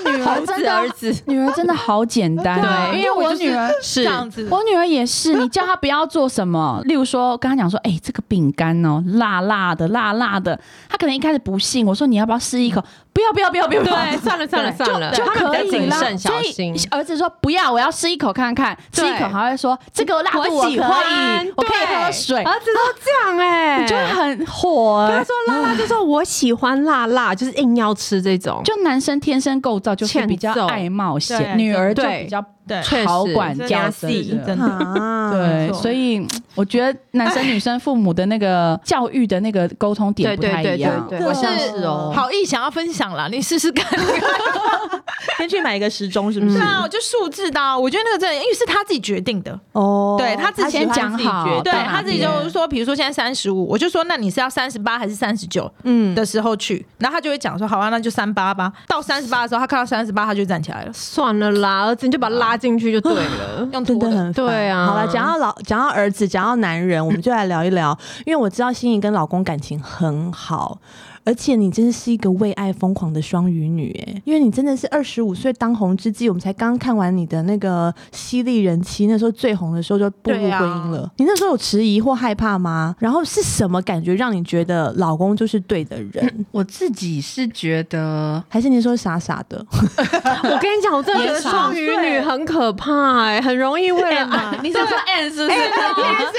S2: 女
S4: 猴子儿子，
S2: 女儿真的好简单啊，
S5: 对
S2: 因为我
S5: 就是
S2: 女儿。
S5: 这样子。
S2: 我女儿也是，你叫她不要做什么，例如说跟她讲说，哎、这个饼干哦，辣辣的，辣辣的，她可能一开始不信，我说你要不要试一口？不要，不要，不要，不要，不要
S4: 对，算了算了算了，
S2: 就
S4: 他们
S2: 可
S4: 比较
S2: 以
S4: 谨
S2: 啦。
S4: 慎小心
S2: 所以。儿子说不要，我要吃一口看看，吃一口
S4: 对
S2: 还会说这个辣度可以
S4: 喜欢，
S2: 我可以
S4: 对
S2: 喝水，
S4: 儿子都这 样哎，
S2: 就很火欸、
S4: 他说辣辣就说我喜欢辣辣，就是硬要吃这种，
S2: 嗯就男生天生构造就是
S4: 欠
S2: 比较
S4: 揍
S2: 爱冒险，
S5: 对
S2: 女儿就
S4: 对
S2: 比较
S5: 对
S4: 确实
S2: 好管教
S4: 真的是
S2: 真的嗯
S5: 真 的
S1: 啊，
S2: 哦对，
S5: 没错
S2: 所以我觉得男生女生父母的那个教育的那个沟通点
S4: 对
S2: 不
S4: 对
S2: 太
S4: 对
S2: 一样。
S4: 对对，
S1: 对
S4: 好
S5: 我
S4: 像
S5: 是
S4: 是哦，
S5: 好意想要分享啦，你试试 看。
S1: 先去买一个时钟，是不是
S5: 对？啊，我就数字的啊，我觉得那个真的，因为是他自己决定的，
S1: 哦，
S5: 对他之前
S1: 喜欢
S2: 讲
S1: 自己
S2: 好
S1: 决定
S5: 对啊
S2: 到哪
S5: 他自己就
S2: 边
S5: 说，比如说现在三十五，我就说那你是要三十八还是三十九
S1: 嗯，
S5: 的时候去，然后他就会讲说，好啊，那就三八吧。到三十八的时候，他看到三十八，他就站起来了，
S4: 算了啦，儿子你就把他拉进去就对了。
S2: 嗯
S5: 用
S1: 真
S5: 拖
S1: 的
S5: 的。
S1: 很烦
S4: 对啊
S1: 好了，讲到老，讲到儿子，讲到男人，我们就来聊一聊，因为我知道心怡跟老公感情很好，而且你真的是一个为爱疯狂的双鱼女哎，因为你真的是二十五岁当红之际，我们才刚看完你的那个《犀利人妻》，那时候最红的时候就步入婚
S5: 对啊
S1: 姻了。你那时候有迟疑或害怕吗？然后是什么感觉让你觉得老公就是对的人？
S2: 我自己是觉得，
S1: 还是你说傻傻 的？
S4: 我跟你讲，我真的觉得双鱼女很可怕哎，很容易为了爱。
S2: 你想说 N 哎是不是？
S4: 你知道我那时候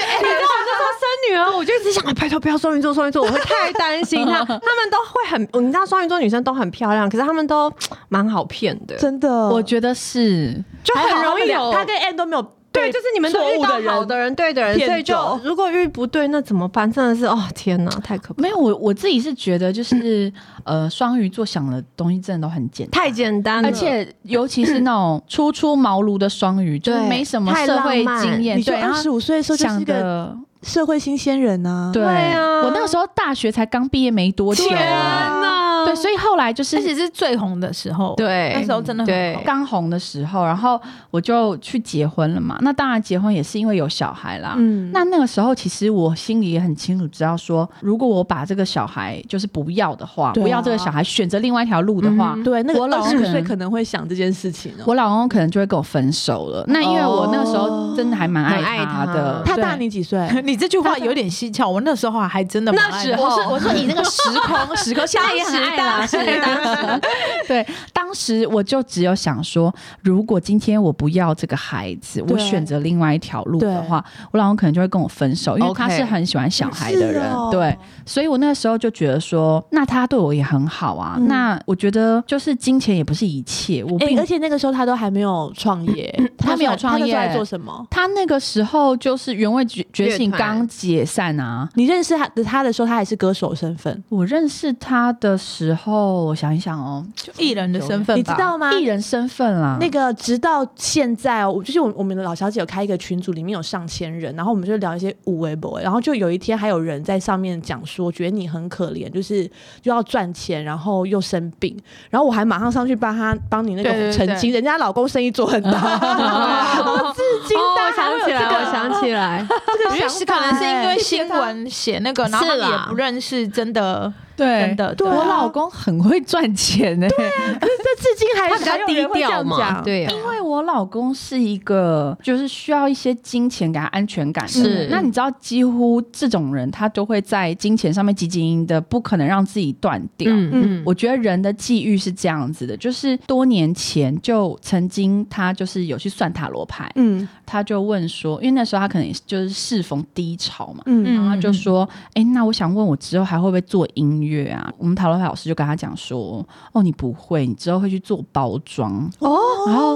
S4: 生女儿，我就一直想，啊拜托不要双鱼座，双鱼座，我会太担心她。她们都会很，你知道双鱼座女生都很漂亮，可是她们都蛮好骗的，
S1: 真的，
S2: 我觉得是，
S4: 就很容易有。
S1: 他跟 N 都没有
S4: 对，就是你们都遇到好的人、对的人，
S1: 骗
S4: 所以就
S1: 走
S4: 如果遇不对，那怎么办？真的是哦，天哪，太可怕，
S2: 没有我我自己是觉得 就是呃，双鱼座想的东西真的都很简单。
S4: 太简单了，
S2: 而且，尤其是那种初出茅庐的双鱼，就是
S4: 对
S2: 没什么
S4: 太
S2: 社
S4: 浪
S2: 会
S4: 漫
S2: 经验，
S1: 你就
S2: 对，然
S1: 二
S2: 后
S1: 十五岁的时候就是
S2: 想
S1: 一个嗯
S2: 的
S1: 社会新鲜人啊。
S2: 对
S4: 对啊
S2: 我那个时候大学才刚毕业没多久，
S4: 天
S2: 对，
S1: 啊
S4: 哪，
S2: 所以后来就是
S5: 而且是最红的时候，，
S4: 对，
S5: 那时候真的很
S4: 对
S5: 红。
S2: 刚红的时候，然后我就去结婚了嘛。那当然结婚也是因为有小孩啦。
S1: 嗯
S2: 那那个时候，其实我心里也很清楚，知道说，如果我把这个小孩就是不要的话，
S1: 对啊
S2: 不要这个小孩，选择另外一条路的话，
S4: 嗯
S1: 对，那
S2: 我
S1: 个
S2: 老
S1: 二
S2: 公
S1: 十
S2: 可
S1: 五
S2: 能
S1: 岁可能会想这件事情哦。
S2: 我老公可能就会跟我分手了。那因为我那个时候真的还蛮
S4: 很爱
S2: 他
S4: 他
S2: 的，
S1: 他
S2: 对
S1: 大你几 岁？
S5: 你这句话有点蹊跷，我那时候还真的蛮
S4: 那
S5: 爱
S4: 时
S5: 的
S4: 候
S2: 我是啊我说以那个时空时空，现在也很爱啦，是当时 对，当时我就只有想说，如果今天我不要这个孩子，我
S1: 对
S2: 选择另外一条路的话，我老公可能就会跟我分手，因为他
S4: OK
S2: 是很喜欢小孩的人
S1: 是哦
S2: 对，所以我那个时候就觉得说，那他对我也很好啊，
S1: 嗯
S2: 那我觉得就是金钱也不是一切，我
S1: 哎，
S2: 并、
S1: 而且那个时候他都还没有创 业，
S2: 他没有
S1: 那时候
S2: 创业
S1: 他那时候在做什么？
S2: 他那个时候就是原味觉觉醒
S4: 乐团
S2: 刚解散啊，
S1: 你认识他的他的时候，他还是歌手身份，
S2: 我认识他的时候，我想一想哦，
S5: 就艺人的身份吧，
S1: 你知道吗？
S2: 艺人身份啊啦，
S1: 啊那个直到现在哦，就是我我们的老小姐有开一个群组，里面有上千人，然后我们就聊一些无为 boy，然后就有一天还有人在上面讲说，觉得你很可怜，就是又要赚钱，然后又生病，然后我还马上上去帮她帮你那个
S5: 对对对
S1: 澄清，人家老公生意做很大，我至今
S4: 哦
S1: 大
S4: 我
S1: 家还会
S4: 想
S1: 有
S4: 起来，
S5: 啊
S1: 这个这个
S4: 我想起来，
S5: 因为
S1: 想
S5: 是
S1: 法
S5: 可能是因为
S1: 欸
S5: 新闻写那个，然后他
S4: 是
S5: 们也
S4: 啦
S5: 不认识真的
S2: 对
S5: 真的
S1: 对啊
S2: 我老公很会赚钱呢、
S1: 这至今还
S4: 他
S1: 是
S4: 比较低调嘛，对呀，
S2: 因为我老公是一个就是需要一些金钱给他安全感的人
S4: 是
S2: 那你知道，几乎这种人他都会在金钱上面汲汲营营的，不可能让自己断掉。
S4: 嗯
S2: 我觉得人的际遇是这样子的，就是多年前就曾经他就是有去算塔罗牌，
S1: 嗯
S2: 他就问说，因为那时候他可能就是适逢低潮嘛，
S1: 嗯
S2: 然后他就说：“哎、那我想问我之后还会不会做音乐啊，我们塔罗牌老师就跟他讲说，哦，你不会，你之后会去做包装。
S4: 哦，
S2: 然后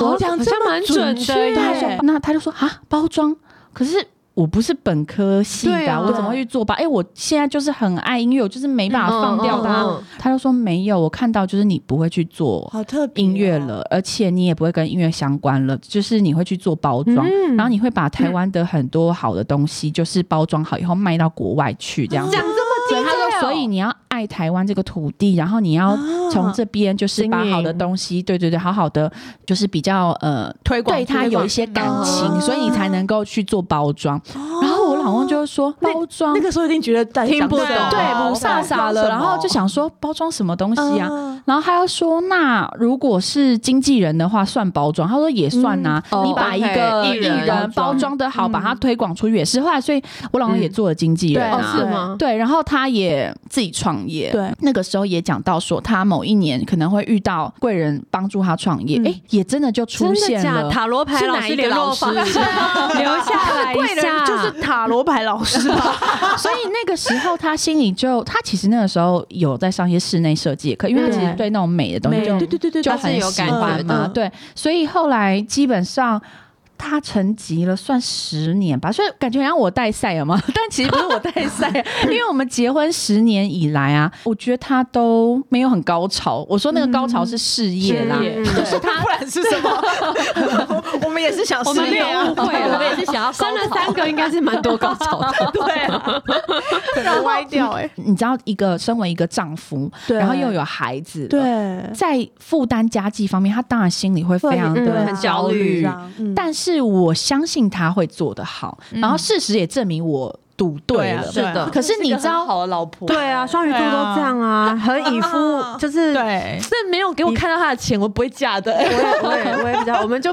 S2: 我
S4: 好像蛮准的耶，
S2: 他说，那他就说啊，包装，可是。我不是本科系的
S4: 对
S2: 啊、
S4: 啊
S2: 我怎么会去做吧？哎、我现在就是很爱音乐，我就是没办法放掉它、
S4: 嗯嗯嗯嗯
S2: 他就说没有，我看到就是你不会去做
S1: 好特别哦
S2: 音乐
S4: 啊
S2: 了，而且你也不会跟音乐相关了，就是你会去做包装，
S4: 嗯
S2: 然后你会把台湾的很多好的东西，就是包装好以后卖到国外去，这样子
S4: 讲。这
S2: 对，
S4: 么低哦
S2: 他说，所以你要爱台湾这个土地，然后你要
S4: 啊
S1: 啊
S2: 从这边就是把好的东西，对对对，好好的就是比较呃
S5: 推广
S2: 对他有一些感情，
S1: 嗯
S2: 所以你才能够去做包装。然后我老公就会说包装
S1: 那个时候一定觉得大家
S4: 哦听
S1: 讲
S4: 不
S1: 什么
S4: 懂
S2: 对，不哦傻傻了，然后就想说包装什么东西啊？
S1: 嗯
S2: 然后他又说，那如果是经纪人的话，算包装。他说也算呐、
S4: 嗯
S2: 你
S4: 哦
S2: 把一
S4: OK，
S2: 个
S4: 艺
S2: 艺
S4: 人嗯
S2: 人包装的好，把它推广出去也是。后来，所以我老公也做了经纪人
S4: 哦
S2: 啊，
S4: 是吗？
S2: 对，然后他也自己创业。
S1: 对，
S2: 那个时候也讲到说，他某一年可能会遇到贵人帮助他创业，哎、也真的就出
S4: 嗯真的
S2: 现
S4: 假的？
S2: 了。
S4: 塔罗牌老师联络 方式留下 来
S5: 贵
S4: 一下，
S5: 人就是塔罗牌老师吧？
S2: 所以那个时候他心里就，他其实那个时候有在上一些室内设计课，因为他其实
S4: 对
S2: 对那种美的东西
S1: 美
S2: 就
S1: 对对对对，
S2: 就
S1: 对
S4: 是
S2: 很
S4: 有
S2: 喜
S4: 感觉
S2: 欢嘛，
S1: 的
S2: 对，所以后来基本上。他沉寂了算十年吧，所以感觉好像我带赛了 嘛，但其实不是我带赛，因为我们结婚十年以来啊，我觉得他都没有很高潮。我说那个高潮是事业啦，
S4: 嗯事业
S2: 就是他
S5: 不然是什么？ 我们也是想
S4: 我们
S5: 事
S4: 没
S5: 业
S4: 有
S5: 啊
S4: 误会了， 我们也是想要生了三个，应该是蛮多高潮的。对 啊，
S5: 可能歪掉
S4: 欸
S5: 哎。
S2: 你知道，一个身为一个丈夫，
S1: 对
S2: 然后又有孩子，，
S1: 对，
S2: 在负担家计方面，他当然心里会非常
S4: 会
S2: 的
S4: 嗯很焦虑
S2: 焦但是我相信他会做得好，
S4: 嗯
S2: 然后事实也证明我赌对了。
S5: 对啊是的
S2: 可是你知道，
S6: 好的老婆，
S4: 对啊，双鱼座都这样啊，和以 夫就是。
S5: 对，
S1: 这没有给我看到他的钱，我不会嫁的。
S4: 我也我也我也比 较，我们就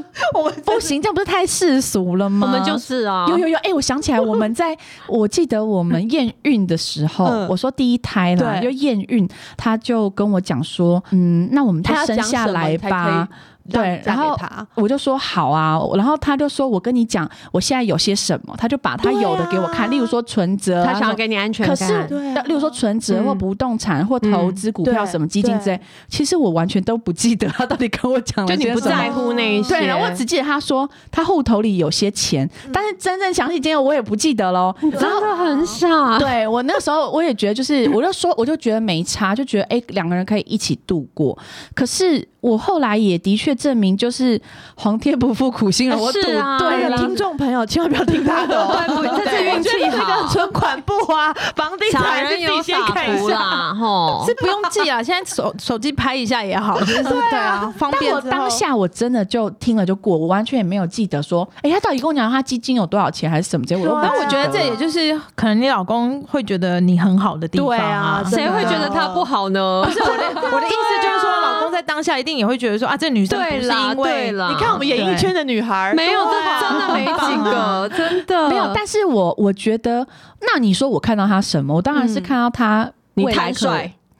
S2: 不行，这样不是太世俗了吗？
S4: 我们就是啊，
S2: 有有有，哎、我想起来，我们在我记得我们验孕的时候，
S1: 嗯
S2: 我说第一胎啦，就
S1: 对
S2: 验孕，他就跟我讲说，嗯，那我们就
S1: 他要
S2: 生
S1: 讲
S2: 下
S1: 什么
S2: 来
S1: 才
S2: 吧。
S1: 可以让
S2: 对
S1: 你，嫁
S2: 然
S1: 给
S2: 后
S1: 他
S2: 我就说好啊，然后他就说我跟你讲，我现在有些什么，他就把他有的给我
S1: 对啊
S2: 看，例如说存折啊，
S4: 他想
S2: 什
S4: 要
S2: 么
S4: 给你安全
S2: 可
S4: 感，
S2: 是
S1: 对啊，
S2: 例如说存折或
S4: 嗯
S2: 不动产或投资股票
S1: 嗯对
S2: 什么基金之类
S1: 对，
S2: 其实我完全都不记得他到底跟我讲
S4: 就
S2: 了些
S4: 你
S2: 什么。
S4: 不在乎那一些，
S2: 对，然后我只记得他说他户头里有些钱，
S4: 嗯
S2: 但是真正详细金额我也不记得喽。
S4: 真的很傻，
S2: 对我那时候 我也觉得，就是我就说我就觉得没差，就觉得哎两、个人可以一起度过。可是我后来也的确证明，就是皇天不负苦心人，我赌
S4: 是啊
S2: 对了。
S1: 听众朋友千万不要听他的哦，
S4: 对不，这是运气好，
S1: 存款不花，房地
S4: 傻
S1: 产是
S4: 人
S1: 自己
S4: 有
S1: 先
S4: 傻
S1: 看一
S4: 福
S1: 下。
S4: 啦，吼
S5: 是，不用记啊，现在手手机拍一下也 好，就是对啊，方
S2: 但
S5: 便
S2: 我
S5: 之后。
S2: 当下我真的就听了就过，我完全也没有记得说，哎、他到底跟我讲他基金有多少钱还是什么结果。
S1: 对啊
S5: 但我觉得这也就是可能你老公会觉得你很好的地方
S1: 对啊真的
S4: 谁会觉得他不好呢？
S5: 不是我的，我的意思就是说，老公在当下一定也会觉得说啊，这女生不
S4: 对
S5: 是
S4: 啦
S5: 因为
S4: 对啦
S1: 你看我们演艺圈的女孩，
S4: 没有，这
S1: 对啊
S4: 真的没几个， 真的
S2: 没有，但是我我觉得，那你说我看到他什么？我当
S4: 嗯
S2: 然是看到他未来可，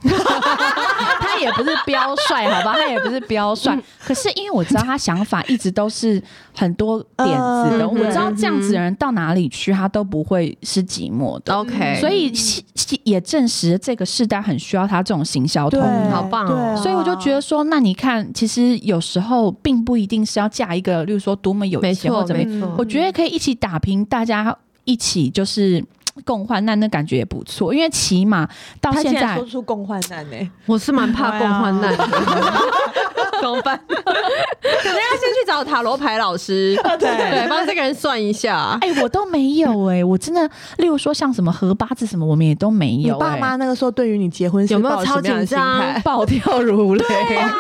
S2: 他也不是标帅，好吧， 他也不是标帅。可是因为我知道他想法一直都是很多点子的，
S1: 嗯
S2: 我知道这样子的人到哪里去，他都不会是寂寞
S1: 嗯
S2: 的。
S4: OK，
S2: 所以是是也证实这个世代很需要他这种行销
S1: 对
S2: 通路。
S4: 好棒哦
S1: 对啊
S2: 所以我就觉得说，那你看，其实有时候并不一定是要嫁一个，例如说多么有
S4: 没
S2: 钱或
S4: 错
S2: 怎么
S4: 没
S2: 样，
S4: 错
S2: 我，觉得可以一起打拼，大家一起就是共患难，那感觉也不错。因为起码到
S1: 他
S2: 现
S1: 现
S2: 在
S1: 在说，出共患难呢，
S4: 我是蛮怕共患 难的，怎么办？可能要先去找塔罗牌老师，对，帮这个人算一 下。
S2: 哎、我都没有哎、我真的，例如说像什么荷八字什么，我们也都没
S1: 你
S2: 有、欸
S1: 爸 妈那个时候对于你结婚是
S4: 有没有
S1: 抱着什么样的
S4: 超紧张
S1: 心态
S2: 暴跳如雷。
S4: 啊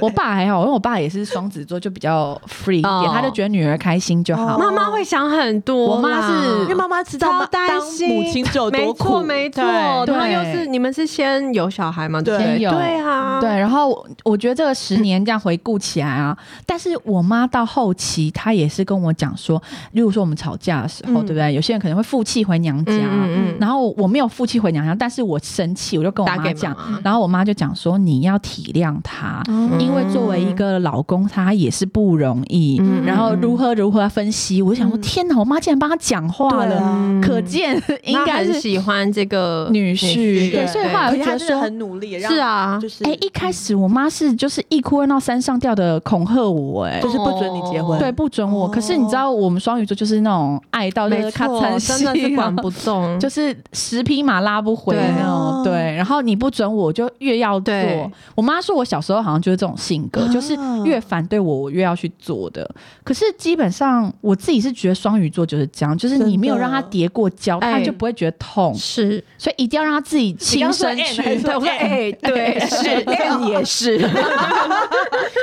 S2: 我爸还好，因为我爸也是双子座，就比较 free 一点，
S4: 哦
S2: 他就觉得女儿开心就好。
S1: 哦
S4: 妈妈会想很多啦，
S2: 我妈是
S1: 因为妈妈知道
S4: 超
S1: 妈
S4: 担
S1: 当
S4: 心
S1: 母亲就有
S4: 没
S1: 多
S4: 错
S1: 苦，
S4: 没错，
S1: 对
S4: 然后
S2: 对
S4: 又是你们是先有小孩吗？
S1: 对
S2: 先有
S4: 对啊，
S2: 对，然后我我觉得这个十年这样回顾起来啊，但是我妈到后期她也是跟我讲说，例如说我们吵架的时候，对不对？有些人可能会负气回娘家，
S4: 嗯嗯嗯
S2: 然后我没有负气回娘家，但是我生气，我就跟我
S4: 打
S2: 妈
S4: 给
S2: 讲，
S4: 妈妈
S2: 然后我妈就讲说你要体谅她，
S4: 哦
S2: 因为作为一个老公，他也是不容易。
S4: 嗯
S2: 然后如何如何分析，我就想说，天哪，我妈竟然帮他讲话
S1: 对
S2: 了，
S4: 嗯
S1: 啊，
S2: 可见 应该
S4: 很
S2: 是
S4: 喜欢这个
S2: 女婿。对，
S4: 对
S2: 所以后来
S1: 而
S2: 我
S1: 且
S2: 就觉
S1: 他真
S2: 得
S1: 的
S2: 说，
S1: 很努力，也让
S4: 是啊，
S1: 就是
S2: 哎，一开始我妈是就是一哭二闹三上吊的恐吓我，哎
S1: 就。是不准你结婚，
S2: 对，不准我。可是你知道，我们双鱼座就是那种爱到就是
S4: 哦没
S2: 咔
S4: 错
S2: 嚓，啊
S4: 真的是管不
S1: 嗯
S4: 动，
S2: 就是十匹马拉不回
S4: 对
S2: 那
S1: 哦
S2: 种，对。然后你不准我，就越要做
S4: 对。
S2: 我妈说我小时候好像就是这种性格，
S1: 啊
S2: 就是越反对我，我越要去做的。可是基本上我自己是觉得双鱼座就是这样，就是
S1: 真
S2: 你
S1: 的
S2: 没有让他跌过跤，
S4: 哎
S2: 他就不会觉得痛，
S4: 是
S2: 所以一定要让他自己
S1: 你
S2: 亲
S1: 刚说
S2: 身
S1: N
S2: 去。
S1: 还是说
S2: 对我说
S1: N？
S2: 哎对，是
S1: N 也是，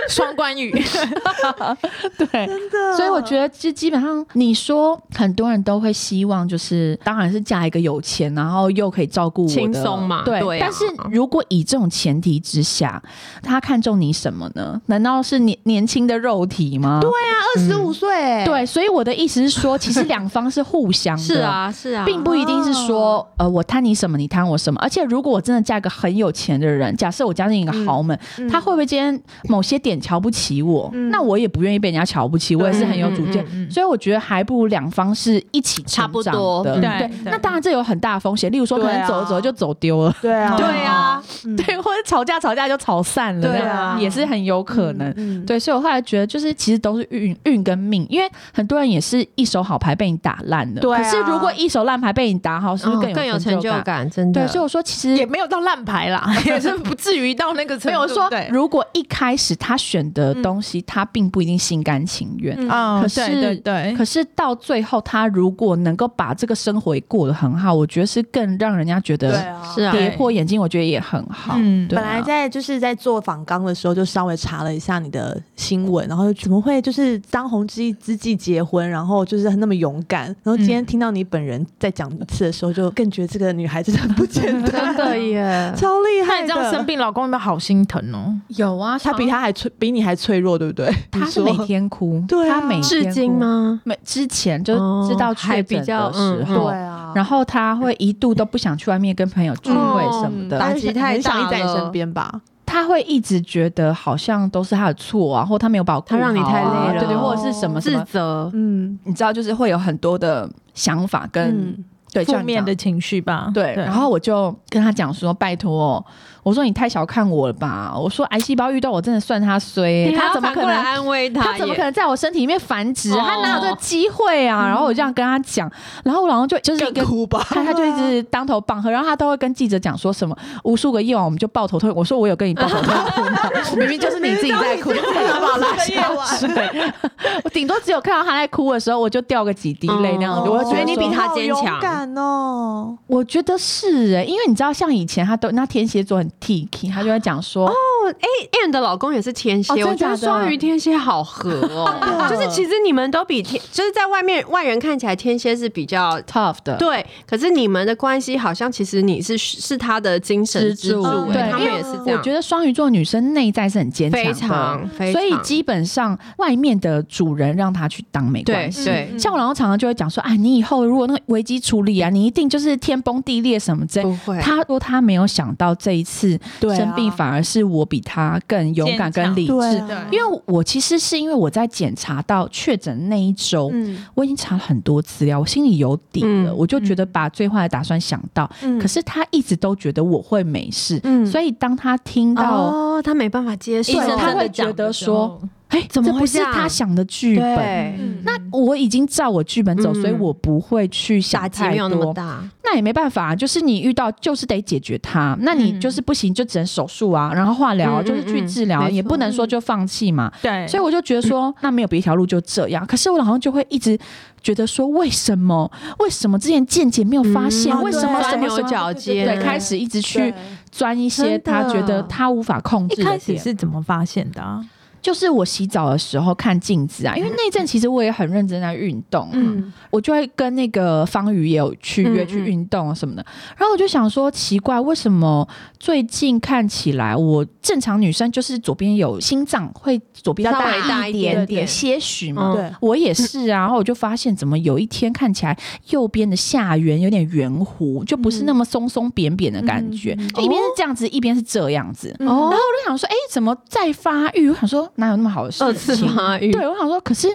S5: 双关语，
S2: 对，所以我觉得，就基本上你说，很多人都会希望，就是当然是嫁一个有钱，然后又可以照顾我的
S4: 轻松嘛
S2: 对。
S4: 对啊
S2: 但是如果以这种前提之下，他看中你什么呢？难道是年年轻的肉体吗？对、
S1: 二十五岁，
S2: 嗯对，所以我的意思是说，其实两方是互相的。
S4: 是。啊是啊，
S2: 并不一定是说，呃，我贪你什么，你贪我什么。而且，如果我真的嫁一个很有钱的人，假设我嫁进一个豪门，
S4: 嗯
S1: 嗯
S2: 他会不会今天某些点瞧不起我？那我也不愿意被人家瞧不起，我也是很有
S4: 嗯
S2: 主见。
S5: 嗯
S2: 所以我觉得还不如两方是一起成
S4: 差不
S2: 长
S4: 多
S2: 的。
S4: 嗯
S2: 对
S5: 对，
S2: 那当然这有很大的风险，例如说可
S1: 对啊
S2: 能走着走着就走丢了，
S1: 对啊，
S4: 对啊，
S2: 对，或者吵架吵架就吵散了，
S1: 对啊
S2: 这样也是很有可能。
S1: 嗯，
S2: 对，所以我后来觉得，就是其实都是运运跟命，因为很多人也是一手好牌被你打烂了，
S1: 对啊
S2: 可是如果一手烂牌被你打好，是不
S4: 嗯
S2: 是
S4: 更
S2: 有
S4: 有成就
S2: 感？
S4: 感，真的
S1: 啊
S2: 对，所以我说其实
S5: 也没有到烂牌 啦，也是不至于到那个程
S2: 没有
S5: 度。
S2: 我说
S5: 对，
S2: 如果一开始他选的东西，他并不一定心甘情
S1: 嗯
S2: 愿。
S5: 啊
S2: 可是
S5: 对对对，
S2: 可是到最后，他如果能够把这个生活也过得很好，我觉得是更让人家觉
S1: 对
S2: 得
S1: 啊，
S4: 是啊，
S2: 跌破眼镜，我觉得也很好。
S5: 嗯
S2: 对啊
S1: 本来在就是在做访纲的时候，就稍微查了一下你的新闻，然后就怎么会就是当红之之际结婚，然后就是那么勇敢，然后今
S2: 嗯
S1: 天听到你本人在讲一次的时候，就更觉得这个女孩真的很不 简
S4: 真
S1: 单，
S4: 的耶，
S1: 超厉
S5: 那
S1: 害
S5: 你
S1: 的。
S5: 这样生病，老公有没有好心疼哦？
S2: 有啊，
S1: 她比她还脆，比你还脆弱，对不对？
S2: 他
S1: 你
S2: 是
S1: 说
S2: 每天哭，
S1: 对啊
S2: 他每天
S4: 至今
S2: 哭？
S4: 吗？
S2: 没之前就
S4: 哦
S2: 知道
S4: 还
S2: 确
S4: 比
S2: 诊
S4: 较
S2: 的
S4: 嗯
S2: 时
S4: 嗯
S2: 候
S1: 对，啊，
S2: 然后他会一度都不想去外面跟朋友聚会什么的，
S4: 嗯打击太
S1: 很
S4: 大
S1: 想
S4: 了
S1: 你在你身边吧？
S2: 他会一直觉得好像都是他的错啊，或他没有把我顾好啊、
S4: 他让你太累了
S2: 对对，或者是什么什
S4: 自
S2: 么，
S4: 责，
S1: 嗯
S2: 你知道，就是会有很多的想法跟、
S1: 嗯，
S2: 对
S5: 负面。的
S2: 像你讲
S5: 情绪吧。
S2: 对，然后我就跟他讲说：“拜托、哦我说你太小看我了吧？我说癌细胞遇到我真的算他衰，
S4: 你还
S2: 他
S4: 要
S2: 怎么
S4: 反
S2: 可
S4: 过来
S2: 能
S4: 安慰
S2: 他
S4: 他
S2: 怎么可
S4: 耶？
S2: 能在我身体里面繁殖？
S4: 哦
S2: 他哪有这个机会啊？然后我这样跟他讲，然后我老公就就是一个
S1: 哭吧，
S2: 他他就一直当头棒喝，然后他都会跟记者讲说什么无数个夜晚我们就抱头痛哭，我说我有跟你抱头痛哭 吗？明明就是你自己在哭，
S1: 把拉下来。
S2: 我顶多只有看到他在哭的时候，我就掉个几滴泪那样子。
S1: 哦
S2: 我觉得
S4: 你比
S2: 说
S4: 他坚强
S1: 好勇敢哦！
S2: 我觉得是哎、因为你知道像以前他都那天蝎座很 T K，他就会讲说
S4: ，Anne 的老公也是天蝎，
S2: 哦真的
S4: 我觉得
S2: 假的
S4: 双鱼天蝎好合哦。就是其实你们都比天，就是在外面外人看起来天蝎是比较
S2: tough 的。
S4: 对，可是你们的关系好像其实你是是他的精神支柱
S2: 支
S1: 柱，
S4: 哎
S1: 对
S4: 他们
S1: 因为
S4: 也是这
S2: 我
S4: 样，
S2: 觉得双鱼座女生内在是很坚强的，
S4: 非常非常，
S2: 所以基本上外面的主人让他去当没关
S4: 对
S2: 系。
S4: 对
S1: 嗯
S2: 像我老公常常就会讲说，哎，你以后如果那个危机处理啊，你一定就是天崩地裂什么之类。
S4: 不会，
S2: 他说他没有想到这一次
S1: 对啊
S2: 生病，反而是我比他更勇敢跟理
S1: 对
S2: 智。
S1: 啊，
S2: 因为我其实是因为我在检查到确诊那一周，
S4: 嗯，
S2: 我已经查了很多资料，我心里有底了，
S4: 嗯
S2: 我就觉得把最坏的打算想到。
S1: 嗯
S2: 可是他一直都觉得我会没事，
S4: 嗯
S2: 所以当他听到，
S4: 哦，他没办法接受，
S2: 医生他
S4: 真的
S2: 会觉得说，哎、
S4: 怎么
S2: 这
S4: 会
S2: 不是
S4: 这样
S2: 他想的剧本？
S4: 对
S5: 嗯，
S2: 那我已经照我剧本走，
S4: 嗯
S2: 所以我不会去
S4: 打
S2: 想
S4: 击
S2: 太
S4: 没有那么
S2: 多。
S4: 大，
S2: 那也没办法，就是你遇到就是得解决它，那你就是不行就只能手术啊，然后化疗
S4: 嗯
S2: 就是去治疗，
S4: 嗯嗯
S2: 也不能说就放弃嘛。
S5: 对，
S2: 所以我就觉得说，嗯那没有别条路就这样。可是我老公就会一直觉得说，为什么？为什么之前健检没有发现？
S1: 嗯
S2: 为什么
S1: 对
S2: 什
S4: 啊钻
S2: 么
S4: 牛
S2: 什么？
S4: 角尖？
S2: 对，开始一直去
S1: 对
S2: 钻一些
S4: 真的
S2: 他觉得他无法控
S5: 一
S2: 制的
S5: 开始
S2: 点。
S5: 是怎么发现的啊？
S2: 就是我洗澡的时候看镜子啊，因为那一阵其实我也很认真在运动、嗯，我就会跟那个方宇也有去约
S4: 嗯嗯
S2: 去运动啊什么的。然后我就想说，奇怪，为什么最近看起来我正常女生就是左边有心脏会左边
S4: 稍微
S2: 大
S4: 大
S2: 一
S4: 一
S2: 点
S4: 点
S2: 点些许嘛，
S4: 嗯
S1: 对
S2: 我也是啊，然后我就发现怎么有一天看起来右边的下缘有点圆弧，就不是
S4: 嗯
S2: 那么松松扁扁的感觉，就一边是这样子，一边是这样子。然后我
S4: 哦，
S2: 就想说，哎、怎么在发育？我想说哪有那么好的事情？
S4: 二次发育，
S2: 对，我想说，可是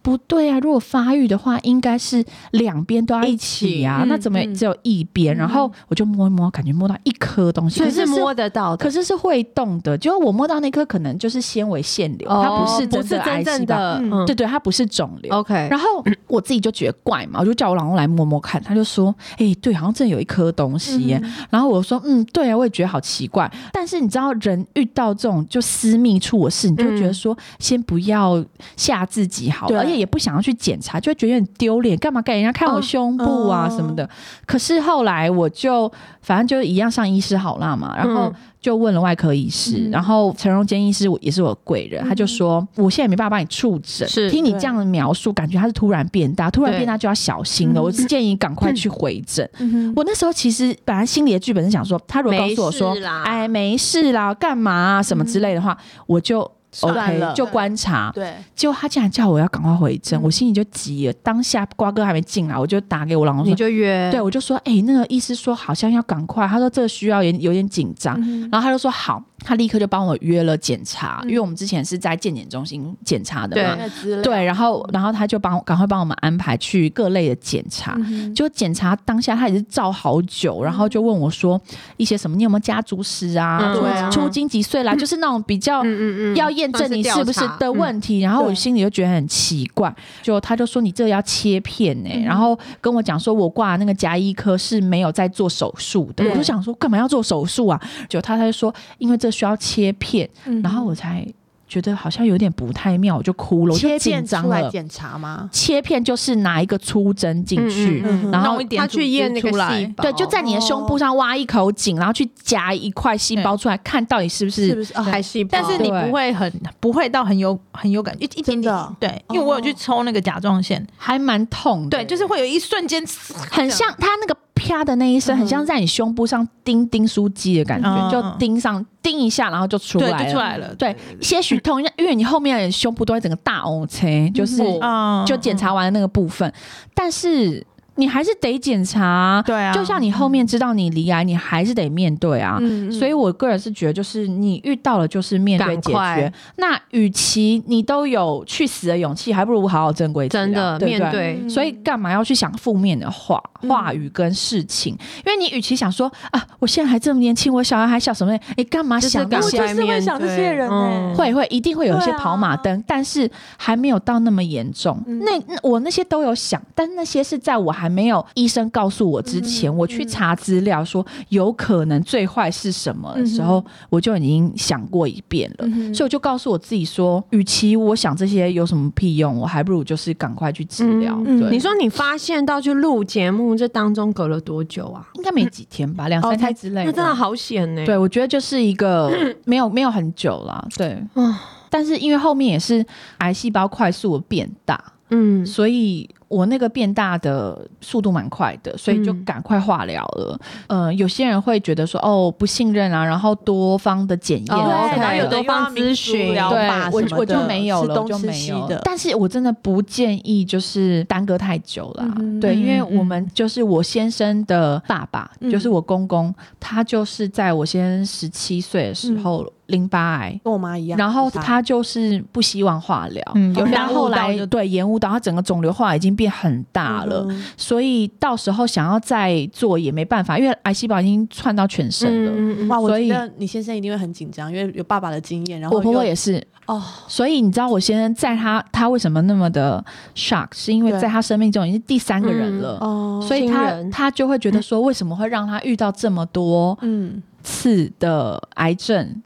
S2: 不对啊！如果发育的话，应该是两边都要一起啊，
S4: 嗯
S2: 那怎么
S4: 嗯
S2: 只有一边？然后我就摸一摸，感觉摸到一颗东西，
S1: 所以
S2: 可
S1: 是
S2: 是
S1: 摸得到的。
S2: 可是是会动的，就是我摸到那颗可能就是纤维腺瘤，它不是
S4: 哦不
S2: 哦真
S4: 是
S2: 的癌
S4: 真正
S2: 细胞，
S4: 的，
S5: 嗯
S4: 嗯哦
S2: 对对，它不是肿瘤。
S4: ，OK，
S2: 然后我自己就觉得怪嘛，我就叫我老公来摸摸看，他就说：“哎、对，好像真的有一颗东西耶。然后我说：“嗯，对啊，我也觉得好奇怪。”但是你知道，人遇到这种就私密处的事，你就会觉得说，先不要吓自己好了，
S1: 对
S2: 而且也不想要去检查，就会觉得有点丢脸，干嘛给人家看我胸部啊
S1: 哦
S2: 什么
S4: 嗯
S2: 的。可是后来我就反正就一样上医师好辣嘛，然后
S4: 嗯
S2: 就问了外科医师，然后陈荣坚医师我也是我的贵人，他就说我现在也没办法帮你触诊，
S4: 嗯是
S2: 听你这样的描述，感觉他是突然变大，突然变大就要小心
S4: 嗯
S2: 了，我是建议赶快去回诊。我那时候其实本来心里的剧本是想说，他如果告诉我说
S4: 没事啦，嗯
S2: 哎没事啦，干嘛啊什么之类的话，我就。
S1: 算
S2: OK，
S1: 了
S2: 就观察。
S1: 对，
S2: 结果他竟然叫我要赶快回
S4: 嗯
S2: 诊，我心里就急了。当下瓜哥还没进来，我就打给我老公说
S4: 你：“就嗯约，
S2: 对，我就说，哎、那个医师说好像要赶快，他说这个需要有有点紧张，
S4: 嗯
S2: 然后他就说好，他立刻就帮我约了检查，
S4: 嗯
S2: 因为我们之前是在健检中心检查的嘛，
S1: 那资料
S2: 对，然后然后他就帮我赶快帮我们安排去各类的检查，就检查当下他也是照好久，然后就问我说一些什么，你有没有家族史啊，
S4: 嗯
S2: 出
S1: 对啊
S2: 出经几岁啦，就是那种比较。
S4: 嗯嗯嗯，
S2: 要验证你是不是的问题，然后我
S1: 对
S2: 心里就觉得很奇怪，就他就说你这个要切片呢、然后跟我讲说我挂那个牙医科是没有在做手术的，
S4: 嗯
S2: 我就想说干嘛要做手术啊？就他他就说因为这需要切片，
S1: 嗯
S2: 然后我才觉得好像有点不太妙，我就哭了，我就
S1: 切
S2: 紧
S1: 片
S2: 张
S1: 出来
S2: 了。
S1: 检查吗？
S2: 切片就是拿一个粗针进去，
S4: 嗯
S1: 嗯
S2: 然后
S5: 弄一点
S4: 他去验那个
S5: 组织出
S4: 细
S5: 来，
S4: 胞
S2: 对，就在你的胸部
S5: 哦
S2: 上挖一口井，然后去夹一块细胞出来，看到底是不
S1: 是
S2: 是
S1: 不是？啊
S4: 还细胞，
S5: 但是你
S2: 对
S5: 不会很不会到很有很有感觉，一一点
S1: 真的
S5: 点
S1: 哦
S5: 对，因为我有去抽那个甲状腺，
S2: 还蛮痛的。
S5: 对，就是会有一瞬间
S2: 很像它那个啪的那一声，很像在你胸部上钉钉书机的感觉，
S5: 嗯
S2: 就钉上钉一下，然后就出
S5: 对
S2: 来
S5: 就出
S2: 了。
S5: 来了，
S2: 对， 些许痛，因为因为你后面的胸部都会整个大 O C，就是
S5: 啊
S2: 哦就检查完的那个部分，但是你还是得检查。
S5: 对啊，
S2: 就像你后面知道你离癌，你还是得面对啊。
S4: 嗯，
S2: 所以我个人是觉得，就是你遇到了就是面对
S4: 赶
S2: 解决
S4: 快。
S2: 那与其你都有去死的勇气，还不如好好珍贵治疗啊
S4: 真的
S2: 对不对
S4: 面
S2: 嗯
S4: 对，嗯
S2: 所以干嘛要去想负面的话、话语跟事情？因为你与其想说啊，我现在还这么年轻，我小孩还小什么的，你干嘛
S4: 就是
S2: 想那
S4: 赶
S2: 些？欸
S4: 快
S1: 就是会想这些人呢、
S4: 嗯
S2: 会会一定会有一些
S1: 对啊
S2: 跑马灯，但是还没有到那么严重。那那我那些都有想，但那些是在我还没有医生告诉我之前，我去查资料说有可能最坏是什么的时候，我就已经想过一遍
S1: 嗯
S2: 了。所以我就告诉我自己说，与其我想这些有什么屁用，我还不如就是赶快去治疗。
S1: 嗯
S2: 对，
S4: 你说你发现到去录节目这当中隔了多久啊？
S2: 应该没几天吧，两
S1: 哦
S2: 三
S1: 才
S2: 天之类
S4: 那真的好险欸呢。
S2: 对，我觉得就是一个没有没有很久啦，对。
S4: 嗯
S2: 但是因为后面也是癌细胞快速地变大，
S4: 嗯，
S2: 所以我那个变大的速度蛮快的，所以就
S4: 嗯
S2: 赶快化疗了。嗯、有些人会觉得说哦不信任啊，然后多方的检验
S4: 哦
S2: 啊，
S4: 对然后有多
S5: 多
S4: 方咨询
S5: 疗
S2: 对
S5: 法，
S2: 我
S1: 什么
S2: 我就
S1: 的
S2: 没有
S1: 吃
S2: 了，
S1: 东
S2: 我就
S1: 吃
S2: 没
S1: 西
S2: 有
S1: 的
S2: 但是我真的不建议就是耽搁太久啦，
S1: 嗯
S2: 对，因为
S4: 嗯
S2: 我们就是我先生的爸爸，就是我公公，他就是在我先生十七岁的时候淋巴癌。
S1: 跟我妈一样。
S2: 然后
S1: 自杀
S2: 他就是不希望化疗，
S5: 嗯
S1: 有
S2: 然
S5: 耽误
S2: 后后
S5: 到
S2: 来
S5: 就
S2: 对延误到他整个肿瘤化已经变很大了，
S1: 嗯
S2: 所以到时候想要再做也没办法，因为癌细胞已经窜到全身了。
S4: 嗯嗯嗯
S1: 哇，我
S2: 所以
S1: 觉得你先生一定会很紧张，因为有爸爸的经验。然后
S2: 我婆婆
S1: 又
S2: 也是，
S1: 哦，
S2: 所以你知道我先生在他他为什么那么的 shock，是因为
S1: 对
S2: 在他生命中已经是第三个人了，
S1: 哦，
S2: 所以他
S4: 亲人
S2: 他就会觉得说，为什么会让他遇到这么多
S1: 嗯，
S2: 次的癌症、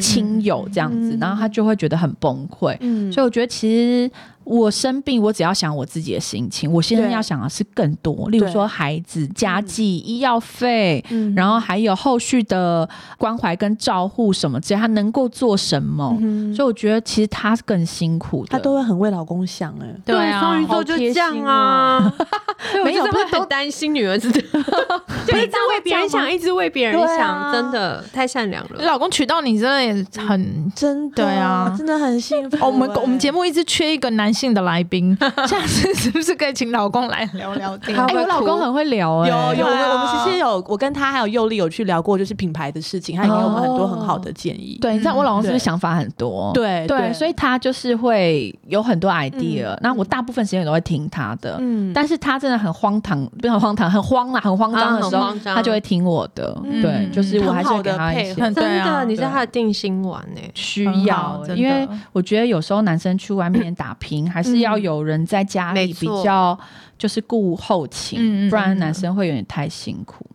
S2: 亲友这样子，
S1: 嗯
S2: 然后他就会觉得很崩溃。
S1: 嗯
S2: 所以我觉得其实我生病，我只要想我自己的心情，我现在
S1: 对
S2: 要想的是更多，例如
S1: 对嗯
S2: 说孩子、家计、医药费，然后还有后续的关怀跟照护什么之类，他能够做什么？所以我觉得其实他是更辛苦的，
S1: 她嗯都会很为老公想哎、
S5: 对啊
S4: 双鱼座就这样啊， 所以我
S2: 没有
S4: 就是会
S2: 不是
S4: 很担心女儿 子的，就一直为别人想，一直为别人
S1: 对
S4: 想，
S1: 啊
S4: 真的太善良了。
S5: 老公娶到你真的也很。
S1: 真的
S5: 对啊
S1: 真的很欸幸福、
S5: 哦，我们我们节
S1: 目
S5: 目一直缺一个男性的来宾， 下次是不是可以请老公来聊聊天？
S1: 好
S2: 哎、我老公很会聊、哎，
S1: 有有，我
S5: 对
S1: 们
S5: 啊
S1: 我们其实有，我跟他还有佑丽有去聊过，就是品牌的事情，他也给我们很多很好的建议。
S2: 对，你知道我老公是不
S1: 哦嗯对
S2: 是想法很多？
S1: 对
S2: 对，所以他就是会有很多 idea，那我大部分时间都会听他的。
S1: 嗯，
S2: 但是他真的很荒唐，不是很荒唐，很慌啦，很慌张的时
S4: 啊
S2: 候
S4: 很，慌张
S2: 他就会听我的。
S5: 嗯
S2: 对，就是我还是会给他
S1: 很好的
S2: 一
S1: 配
S2: 些
S5: 合
S4: 真
S5: 对啊
S4: 的，你是他的定心丸哎，
S2: 需
S5: 很
S2: 要
S5: 好，真的
S2: 因为我觉得有时候男生去外面打拼，还是要有人在家
S4: 没
S2: 里比
S4: 错
S2: 较就是顾后勤，
S5: 嗯嗯嗯
S2: 不然男生会有点太辛苦。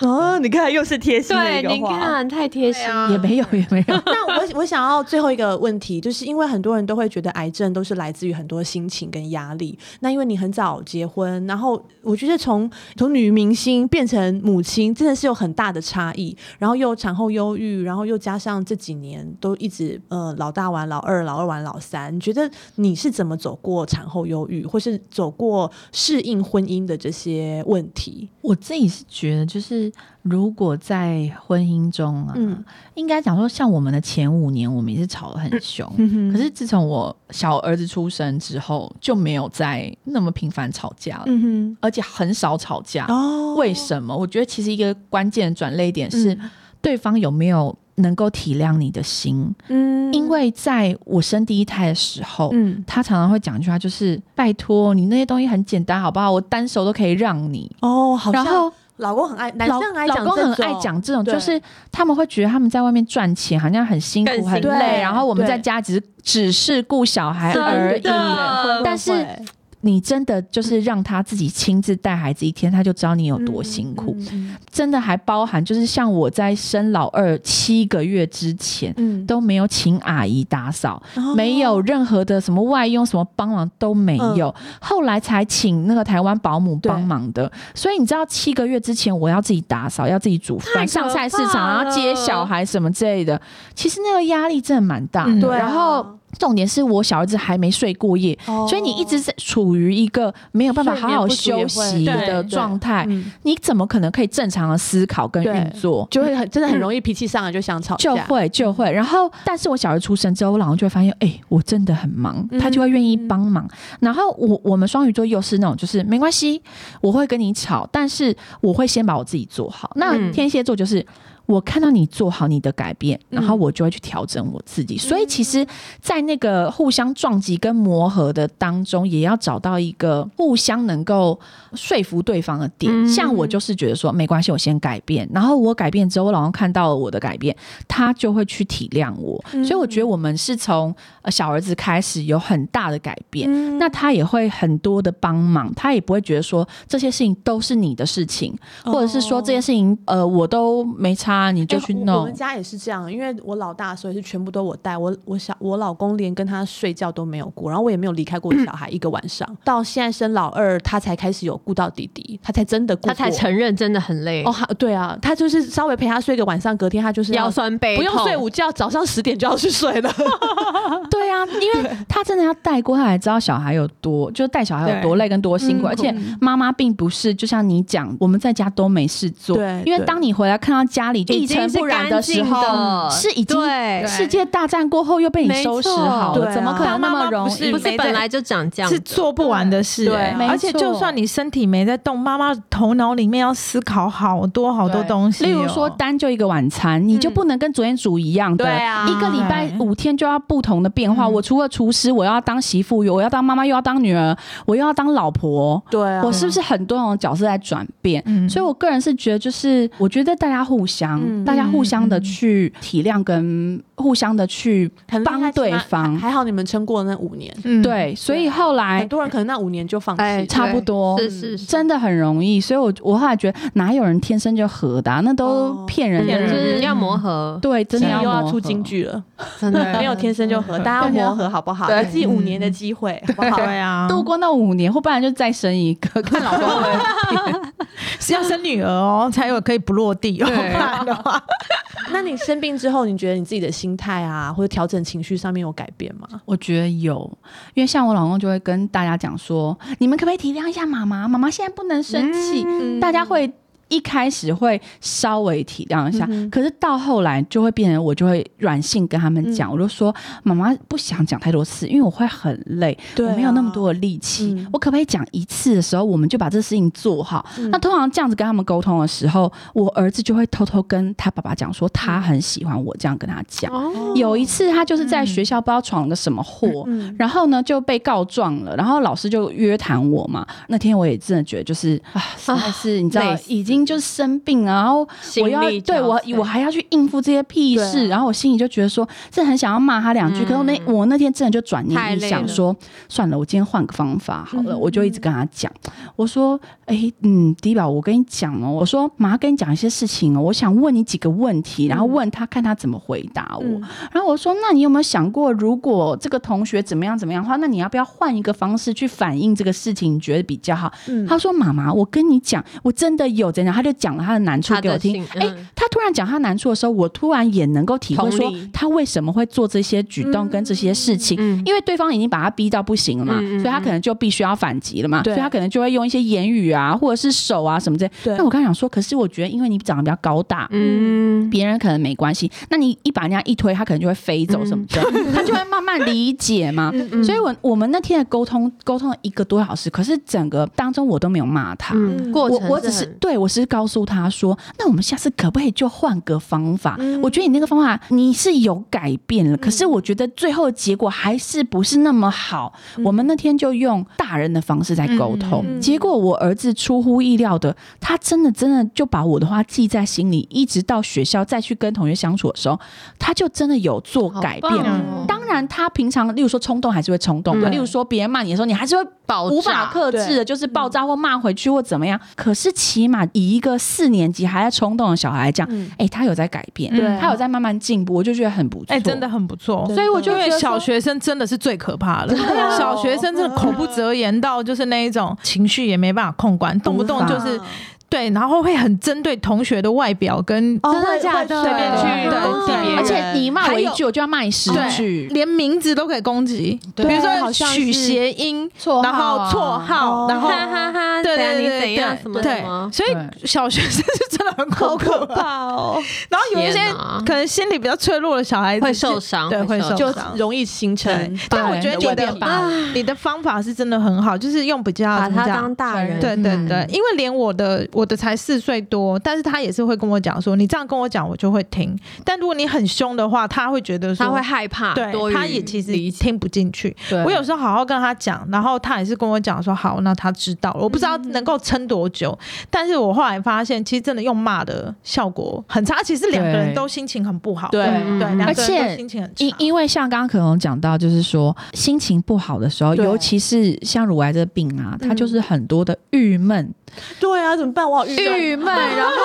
S1: 哦，你看又是贴心的一
S4: 对，
S1: 个
S4: 你
S1: 话。
S4: 看啊太贴心了，
S2: 也没有，也没有。
S1: 那我我想要最后一个问题，就是因为很多人都会觉得癌症都是来自于很多心情跟压力。那因为你很早结婚，然后我觉得从从女明星变成母亲，真的是有很大的差异。然后又产后忧郁，然后又加上这几年都一直呃老大玩老二，老二玩老三。你觉得你是怎么走过产后忧郁，或是走过适应婚姻的这些问题？
S2: 我自己是觉得，就是如果在婚姻中啊，
S1: 嗯
S2: 应该讲说，像我们的前五年，我们也是吵得很凶。
S1: 嗯
S2: 可是自从我小儿子出生之后，就没有再那么频繁吵架了，
S1: 嗯
S2: 而且很少吵架。
S1: 哼，哦，
S2: 为什么？我觉得其实一个关键转泪点是，
S1: 嗯
S2: 对方有没有能够体谅你的心。
S1: 嗯
S2: 因为在我生第一胎的时候，
S1: 嗯
S2: 他常常会讲一句话，就是拜托你那些东西很简单，好不好？我单手都可以让你。
S1: 哦，好像
S2: 然后
S1: 老公很爱，男
S2: 老
S1: 生很爱
S2: 老
S1: 讲
S2: 公很
S1: 这
S2: 爱
S1: 种
S2: 讲这种，
S1: 对
S2: 就是他们会觉得他们在外面赚钱好像很辛
S4: 更
S2: 苦、
S4: 辛
S2: 很
S1: 苦
S2: 累，
S1: 对
S2: 然后我们
S1: 对
S2: 在家只是只是顾小孩
S4: 真
S2: 而已。
S4: 的
S1: 会
S2: 但是你真的就是让他自己亲自带孩子一天，他就知道你有
S1: 会
S2: 多辛苦。
S1: 嗯
S2: 真的还包含就是像我在生老二七个月之前。
S1: 嗯
S2: 都没有请阿姨打扫，
S1: 嗯
S2: 没有任何的什么外佣、什么帮忙都没有，
S1: 嗯
S2: 后来才请那个台湾保姆帮忙的。所以你知道，七个月之前我要自己打扫，要自己煮
S4: 太可怕
S2: 饭、上菜市场，然后接小孩什么之类的。其实那个压力真的蛮大的。
S5: 嗯
S1: 对啊
S2: 然后重点是我小儿子还没睡过夜，
S1: 哦
S2: 所以你一直在处于一个没有办法好好休息
S1: 睡眠不足也会
S2: 的
S1: 对
S2: 状态。
S1: 嗯
S2: 你怎么可能可以正常的思考跟
S1: 对
S2: 运作？
S1: 就会很真的很容易脾气上来就想吵架，
S2: 就会就会，然后但是我小孩出生之后，我老公就会发现，哎、我真的很忙，他就会愿意帮忙。然后我我们双鱼座又是那种，就是没关系，我会跟你吵，但是我会先把我自己做好。那
S4: 嗯
S2: 天蝎座就是。我看到你做好你的改变，然后我就会去调整我自己。所以其实，在那个互相撞击跟磨合的当中，也要找到一个互相能够说服对方的点。
S4: 嗯
S2: 像我就是觉得说，没关系，我先改变，然后我改变之后，我老公看到了我的改变，他就会去体谅我。所以我觉得我们是从呃小儿子开始有很大的改
S1: 嗯
S2: 变，那他也会很多的帮忙，他也不会觉得说这些事情都是你的事情，
S1: 哦
S2: 或者是说这些事情呃我都没差，你就
S1: 哎
S2: 去
S1: 我我
S2: 弄
S1: 们。家也是这样，因为我老大，所以是全部都我带。我我小我老公连跟他睡觉都没有过，然后我也没有离开过小孩一个晚上。到现在生老二，他才开始有顾到弟弟，他才真的顾
S4: 他才
S1: 过
S4: 承认真的很累
S1: 哦，，他对啊，他就是稍微陪他睡个晚上，隔天他就是要
S4: 腰酸背
S1: 不用
S4: 痛
S1: 睡午觉，早上十点就要去睡了。
S2: 对啊，因为他真的要带过，他才知道小孩有多，就是带小孩有多累跟多辛苦。而且妈妈并不是就像你讲，我们在家都没事做。
S1: 对
S2: 因为
S1: 对
S2: 当你回来看到家里一
S4: 已经
S2: 尘
S4: 是
S2: 不染
S4: 干
S2: 时
S4: 净
S2: 候，
S4: 的
S2: 是已经
S4: 对
S2: 世界大战过后又被你
S4: 哎没
S2: 收拾
S4: 错
S2: 好
S1: 对
S2: 了，
S1: 啊
S2: 怎么可能那么容易？
S5: 当妈妈
S4: 不
S5: 不
S4: 是
S5: 是
S4: 本来就长这样，
S5: 是做不完的事、
S1: 对
S5: 哎
S2: 没
S5: 而且就
S2: 错
S5: 算你身体没在动，妈妈头脑里面要思考好多好多
S2: 对
S5: 东西哦、
S2: 例如说单就一个晚餐，你就不能跟昨天煮一样的，
S4: 对 啊嗯
S2: 一个礼拜五天就要不同的变化。我除了厨师，我要当媳妇，我要当妈妈，又要当女儿，我又要当老婆。
S1: 对啊
S4: 嗯
S5: 嗯
S2: 我是不是很多种角色在转变？所以我个人是觉得，就是我觉得大家互相，方，大家互相的去体谅跟互相的去
S6: 很厉害
S4: 嗯
S2: 帮对
S6: 起码
S2: 方。
S6: 还好你们撑过那五年，
S5: 嗯，
S2: 对，所以后来
S6: 很多人可能那五年就放弃。
S3: 哎
S2: 哎差不
S3: 对
S2: 多
S3: 是是是
S2: 真的很容易，所以我我后来觉得哪有人天生就合的啊、那都
S6: 哦
S2: 骗人的。
S5: 骗
S4: 就
S5: 人
S4: 是要磨合，
S2: 对，真
S6: 真
S2: 的
S6: 的又
S2: 要
S6: 要
S2: 磨
S6: 出
S2: 合
S6: 京。剧了，
S4: 真的
S6: 没有天生就合，大家要磨合好不好？
S2: 对
S6: 给自己五年的机会，好不好？
S5: 对啊，
S2: 度过那五年，或不然就再生一 个，看老公会
S4: 哦
S5: 是要生女儿哦，才有可以不落地哦，不然的 话，
S6: 那你生病之后，你觉得你自己的心态啊，或者调整情绪上面有改变吗？
S2: 我觉得有，因为像我老公就会跟大家讲说，你们可不可以体谅一下妈妈？妈妈现在不能生气，
S6: 嗯
S2: 大家会。一开始会稍微体谅一下，
S6: 嗯哼
S2: 可是到后来就会变成我就会软性跟他们
S6: 嗯
S2: 讲，我就说妈妈不想讲太多次，因为我会很累，
S6: 对啊
S2: 我没有那么多的力气，
S6: 嗯
S2: 我可不可以讲一次的时候，我们就把这事情做好？
S6: 嗯
S2: 那通常这样子跟他们沟通的时候，我儿子就会偷偷跟他爸爸讲说，
S6: 嗯
S2: 他很喜欢我这样跟他讲。
S4: 哦
S2: 有一次，他就是在学校不知道闯了个什么祸，
S6: 嗯
S2: 然后呢就被告状了，然后老师就约谈我嘛。那天我也真的觉得就是啊，实在是你知道
S6: 累，死
S2: 已经就是生病啊了，然后我要
S6: 心力交
S2: 对我
S6: 瘁
S2: 我还要去应付这些屁
S6: 对
S2: 事，
S6: 啊
S2: 然后我心里就觉得说，这很想要骂他两句，可是我那
S6: 嗯
S2: 我那天真的就转
S4: 太
S2: 念一
S4: 累
S2: 想
S4: 了
S2: 说，算了，我今天换个方法好了，我就
S6: 嗯
S2: 一直跟他讲，我说，哎、嗯，迪宝，我跟你讲哦，我说马上跟你讲一些事情哦，我想问你几个问题，然后问他看他怎么回答我。
S6: 嗯
S2: 然后我说，那你有没有想过，如果这个同学怎么样怎么样的话，那你要不要换一个方式去反映这个事情，你觉得比较好？
S6: 嗯
S2: 他说，妈妈，我跟你讲，我真的有怎样，他就讲了他的难处
S4: 他
S2: 给我
S4: 的
S2: 听
S4: 性。
S2: 哎、
S4: 嗯
S2: 他突然讲他难处的时候，我突然也能够体会
S6: 同
S2: 说
S6: 理
S2: 他为什么会做这些举动跟这些事情，
S4: 嗯
S2: 因为对方已经把他逼到不行了嘛，
S4: 嗯嗯嗯
S2: 所以他可能就必须要反击了嘛，
S6: 对
S2: 所以他可能就会用一些言语啊，或者是手啊什么之类。
S6: 对
S2: 那我刚想说，可是我觉得因为你长得比较高大。
S4: 嗯，
S2: 别人可能没关系，那你一把人家一推，他可能就会飞走
S4: 嗯
S2: 什么的，他就会慢慢理解嘛。所以我，我们那天的沟通沟通了一个多小时，可是整个当中我都没有骂他，
S4: 嗯，过
S2: 我
S4: 程
S2: 我只是对我只是告诉他说，那我们下次可不可以就换个方法？我觉得你那个方法你是有改变了，可是我觉得最后结果还是不是那么好。
S1: 嗯
S2: 我们那天就用大人的方式在沟通，
S6: 嗯嗯嗯
S2: 结果我儿子出乎意料的，他真的真的就把我的话记在心里，一直到学校再去跟同学相处的时候，他就真的有做改变。
S5: 哦
S2: 当然，他平常例如说冲动还是会冲动的，
S4: 嗯
S2: 例如说别人骂你的时候，你还是会
S4: 爆
S2: 无法克制的，就是爆炸或骂回去或怎么
S5: 嗯
S2: 样。可是起码以一个四年级还在冲动的小孩来讲，
S6: 嗯，
S2: 哎、他有在改变，
S5: 对啊
S2: 他有在慢慢进步，我就觉得很不错。
S5: 哎，真的，很不错。
S2: 所以我就
S5: 因
S2: 觉
S5: 为
S2: 得
S5: 小
S2: 说。
S5: 学生真的是最可怕的，
S6: 啊
S5: 小学生真的口不择言到就是那一
S2: 啊
S5: 种情绪也没办法控管，动不动就是对，然后会很针对同学的外表跟
S6: 哦
S4: 真的
S6: 会
S4: 假的
S6: 会随便去
S5: 对
S6: 攻击
S5: 对
S6: 别人，
S2: 而且你 骂我一
S5: 还
S2: 句，我就要骂你十
S5: 对
S2: 句，
S5: 连名字都可以攻击，比
S6: 对
S5: 如说
S6: 好像是
S5: 取谐音，
S2: 绰
S5: 然后
S2: 啊
S5: 绰号，然后
S4: 哈哈哈，
S5: 对
S4: 怎样
S5: 对
S4: 你
S5: 对
S4: 怎
S5: 对
S4: 样什么什么
S5: 对，，啊所以
S2: 对
S5: 小学生是真的很恐怖，
S6: 怕哦，
S5: 然后有一些
S4: 天哪
S5: 可能心理比较脆弱的小孩子
S4: 会
S5: 是
S4: 受伤
S5: 对，
S4: 会
S5: 会
S4: 受
S5: 受
S6: 就
S5: 伤。
S6: 容易形成
S5: 对。但我觉得你
S2: 对
S5: 的
S2: 变霸凌
S5: 你的方法是真的很好，就是用比较
S4: 把
S5: 怎么
S4: 他
S5: 讲
S4: 当大人，
S5: 对
S2: 嗯
S5: 对对，因为连我的我的才四岁多，但是他也是会跟我讲说，你这样跟我讲，我就会听。但如果你很凶的话，他会觉得说
S4: 他会害怕，多
S5: 对，
S4: 于
S5: 他也其实哦
S4: 理解
S5: 听不进去。
S2: 对
S5: 我有时候好好跟他讲，然后他也是跟我讲说好，那他知道了。我不知道能够撑多久，但是我后来发现，其实真的用骂的效果很差。其实两个人
S2: 对
S5: 都心情很不好，
S6: 对
S5: 对，
S4: 嗯
S5: 两个人
S2: 而且
S5: 都心情很差
S2: 因。因为像刚刚可能讲到，就是说心情不好的时候，
S6: 对
S2: 尤其是像乳癌这个病啊，
S5: 嗯
S2: 它就是很多的郁闷、
S6: 对啊，怎么办？我好郁闷
S2: 郁闷，然后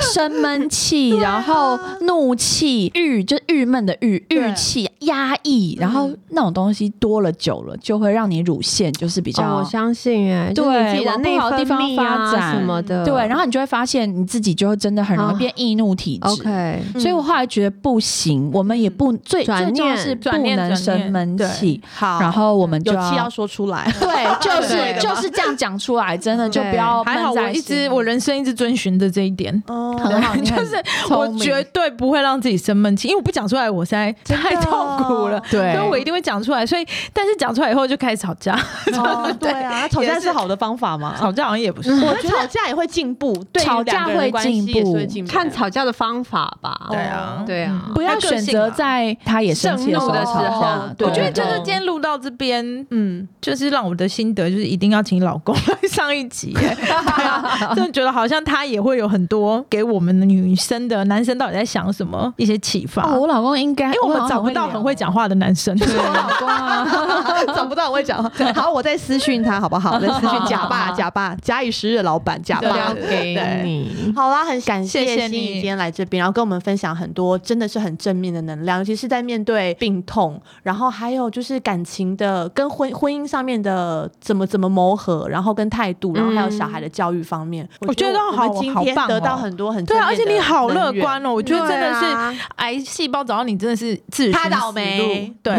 S2: 生闷气，然后怒气、郁，就是郁闷的郁，郁气、压抑，然后那种东西多了久了，就会让你乳腺就是比
S4: 哦
S2: 较
S4: 我。相信哎，就
S2: 对
S4: 你自己的
S2: 往不
S4: 内
S2: 好的地
S4: 分
S2: 方
S4: 泌
S2: 发
S4: 啊
S2: 展
S4: 什么的，
S5: 嗯
S2: 对，然后你就会发现你自己就会真的很容易
S4: 啊
S2: 变易怒体质。
S4: OK，
S2: 所以我后来觉得不行，我们也不最最
S4: 转
S2: 重要
S4: 念
S2: 是不
S5: 转念
S2: 能
S5: 转
S2: 生
S5: 念
S2: 闷
S5: 对
S2: 气，
S6: 好，
S2: 然后我们就
S6: 有气要说出来。
S2: 对，就
S5: 对
S2: 是就是这样讲出来，真的就不要
S5: 还好
S2: 闷在
S5: 我一
S2: 心
S5: 直
S2: 里
S5: 我人生一直遵循着这一点，
S6: 哦
S2: 很好，你
S5: 就
S2: 很
S5: 是我
S2: 聪明
S5: 绝对不会让自己生闷气，因为我不讲出来，我实在太痛苦了。
S6: 啊
S2: 对
S5: 所以我一定会讲出来，所以但是讲出来以后就开始吵架，
S6: 哦对啊，吵架
S5: 也是
S6: 是好的方法
S1: 啊
S6: 吗？
S5: 吵架好像也不是。
S6: 我觉得吵架也会进步，对于
S2: 吵
S6: 两
S2: 架
S6: 个人
S2: 会
S6: 关系也是会
S2: 进
S6: 进步的，
S4: 看吵架的方法吧，
S5: 对啊
S4: 对啊，
S2: 不要选择在他也生气
S6: 盛怒
S2: 候
S6: 的时
S2: 吵
S6: 候
S2: 架。
S6: 对
S5: 我觉得就
S2: 对
S5: 是今天录到这边，
S6: 嗯，
S5: 就是让我的心得就是一定要请老公来上一集，对啊真的觉得好像他也会有很多给我们女生的男生到底在想什么一些启发。
S2: 哦，我老公应该，
S5: 因为我们找不到很会讲话的男生，
S2: 我老公啊，
S7: 找不到我会讲话。好，我再私讯他好不好？再私讯假爸、假爸、假以时日的老板假
S5: 啊
S7: 爸
S2: 交。给你。
S1: 好啊啦，很感谢
S5: 谢谢
S1: 心
S5: 你
S1: 怡今天来这边，然后跟我们分享很多真的是很正面的能量，尤其是在面对病痛，然后还有就是感情的跟婚婚姻上面的怎么怎么磨合，然后跟态度，然后还有小孩的教育方面，
S5: 我觉得
S1: 我
S5: 好
S1: 们今
S5: 好
S1: 天
S5: 棒哦
S1: 得到很多很
S5: 对啊，而且
S1: 正面的
S5: 你好乐
S1: 能源
S5: 观哦，我觉得真的
S1: 对
S5: 是
S1: 啊
S5: 癌细胞找到你真的是自寻
S1: 他倒
S5: 死路
S1: 霉
S5: 对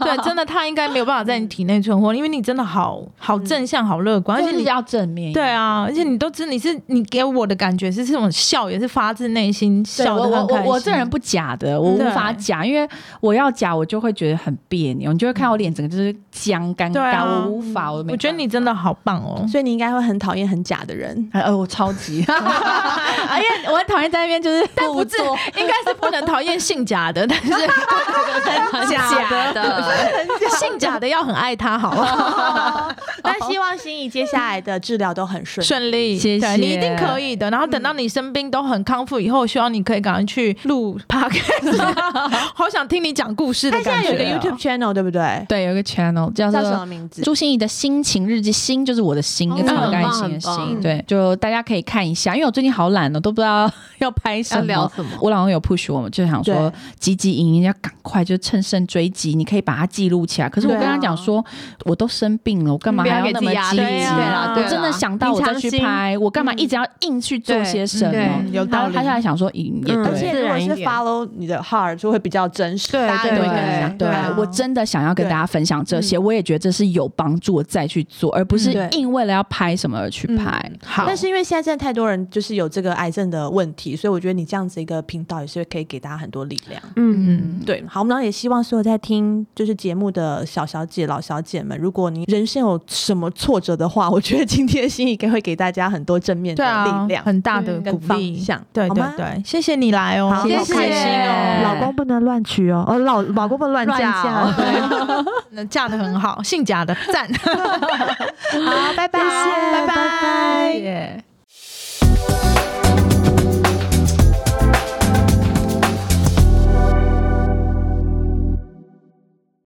S5: 对，真的他应该没有办法在你体内存活，因为你真的好好正向、好乐观，而
S2: 而
S5: 且
S2: 且你
S5: 你
S2: 要正面，
S5: 对，啊，而且你都知你是你给我的感觉是这种笑，也是发自内心
S2: 对
S5: 笑
S2: 我
S5: 的
S2: 我
S5: 很
S2: 我
S5: 开心。
S2: 我这人不假的，我无
S5: 对
S2: 法假，因为我要假我就会觉得很别扭，你就会看我脸整个就是僵尴
S5: 对
S2: 尬，
S5: 啊
S2: 我无法，我没办法
S5: 我觉得你真的好棒哦。
S1: 所以你应该会很讨厌很假的人。
S2: 哎，呃，我超级，
S5: 啊哎
S2: 而且我很讨厌在那边就是，但不是
S5: 应该是不能讨厌性假的， 但是很假
S2: 的，
S5: 的性假的要很爱他，好不好？
S1: 但希望心怡接下来的治疗都很顺利。
S5: 顺利，
S2: 谢谢
S5: 对你一定可以的。然后等到你生病都很康复以后，希望你可以赶快去录 podcast，好 想听你讲故事的
S1: 他现
S5: 感
S1: 在
S5: 觉
S1: 有
S5: 哦。
S1: 一个 YouTube channel 对不对？
S2: 对，有一个 channel 叫
S1: 叫什么
S2: 做。
S1: 名字？
S2: 朱心怡的心情日记，心就是我的心，
S1: 哦
S2: 一个草
S1: 很
S2: 盖
S1: 棒
S2: 心的
S1: 很棒
S2: 心，对，就大家可以看一下，因为我最近好懒哦，都不知道要拍什
S7: 要聊
S2: 么。
S7: 什么？
S2: 我老公有 push 我们，就想说积极营营，要赶快就趁胜追击，你可以把它记录起来。可是我
S1: 对
S2: 跟
S1: 啊
S2: 他讲说，我都生病了，我啊干嘛
S4: 不
S2: 还
S4: 要给
S2: 那
S4: 自己
S2: 么
S4: 压
S2: 积
S4: 力
S2: 极？
S1: 对
S5: 啊
S2: 我
S5: 对啊
S2: 真的想到我再去
S7: 平常心
S2: 拍，我干嘛
S1: 嗯
S2: 一直要硬去做
S4: 对
S2: 些什么？
S5: 有道
S2: 他
S5: 理。
S2: 他现在想说，嗯，也对
S5: 嗯
S1: 而且如果
S4: 自然
S1: 是
S4: 一点
S1: follow 你的 heart 就会比较真实，
S4: 对
S1: 大家
S4: 对
S1: 就会
S4: 对
S1: 更想
S2: 对
S5: 啊
S2: 我真的想要跟
S1: 对
S2: 大家分享这些，我也觉得这是有帮助，我再去做，而不是
S1: 嗯对嗯
S2: 硬为了要拍什么而去拍。
S5: 好，
S1: 但是因为现在真的太多人就是有这个癌症的问题，所以我觉得你这样子一个频道也是可以给大家很多力量。
S2: 嗯，
S1: 对，好，我们也希望所有在听就是节目的小小姐、老小姐们，如果你人生有什么挫折的话，我觉得今天心应该会给大家很多正面的
S5: 对啊
S1: 力，量、
S5: 很大的
S1: 嗯
S5: 鼓
S1: 跟方
S5: 励。
S1: 向，
S5: 对
S1: 好
S5: 对
S1: 吗？
S5: 对，谢谢你来哦，
S1: 好谢
S5: 好
S1: 谢
S5: 开心哦，
S2: 老
S7: 不能乱娶哦，哦，老老公不能乱
S4: 乱嫁
S7: 哦
S5: 对，那嫁的很好，姓贾的赞。
S1: 好，拜拜，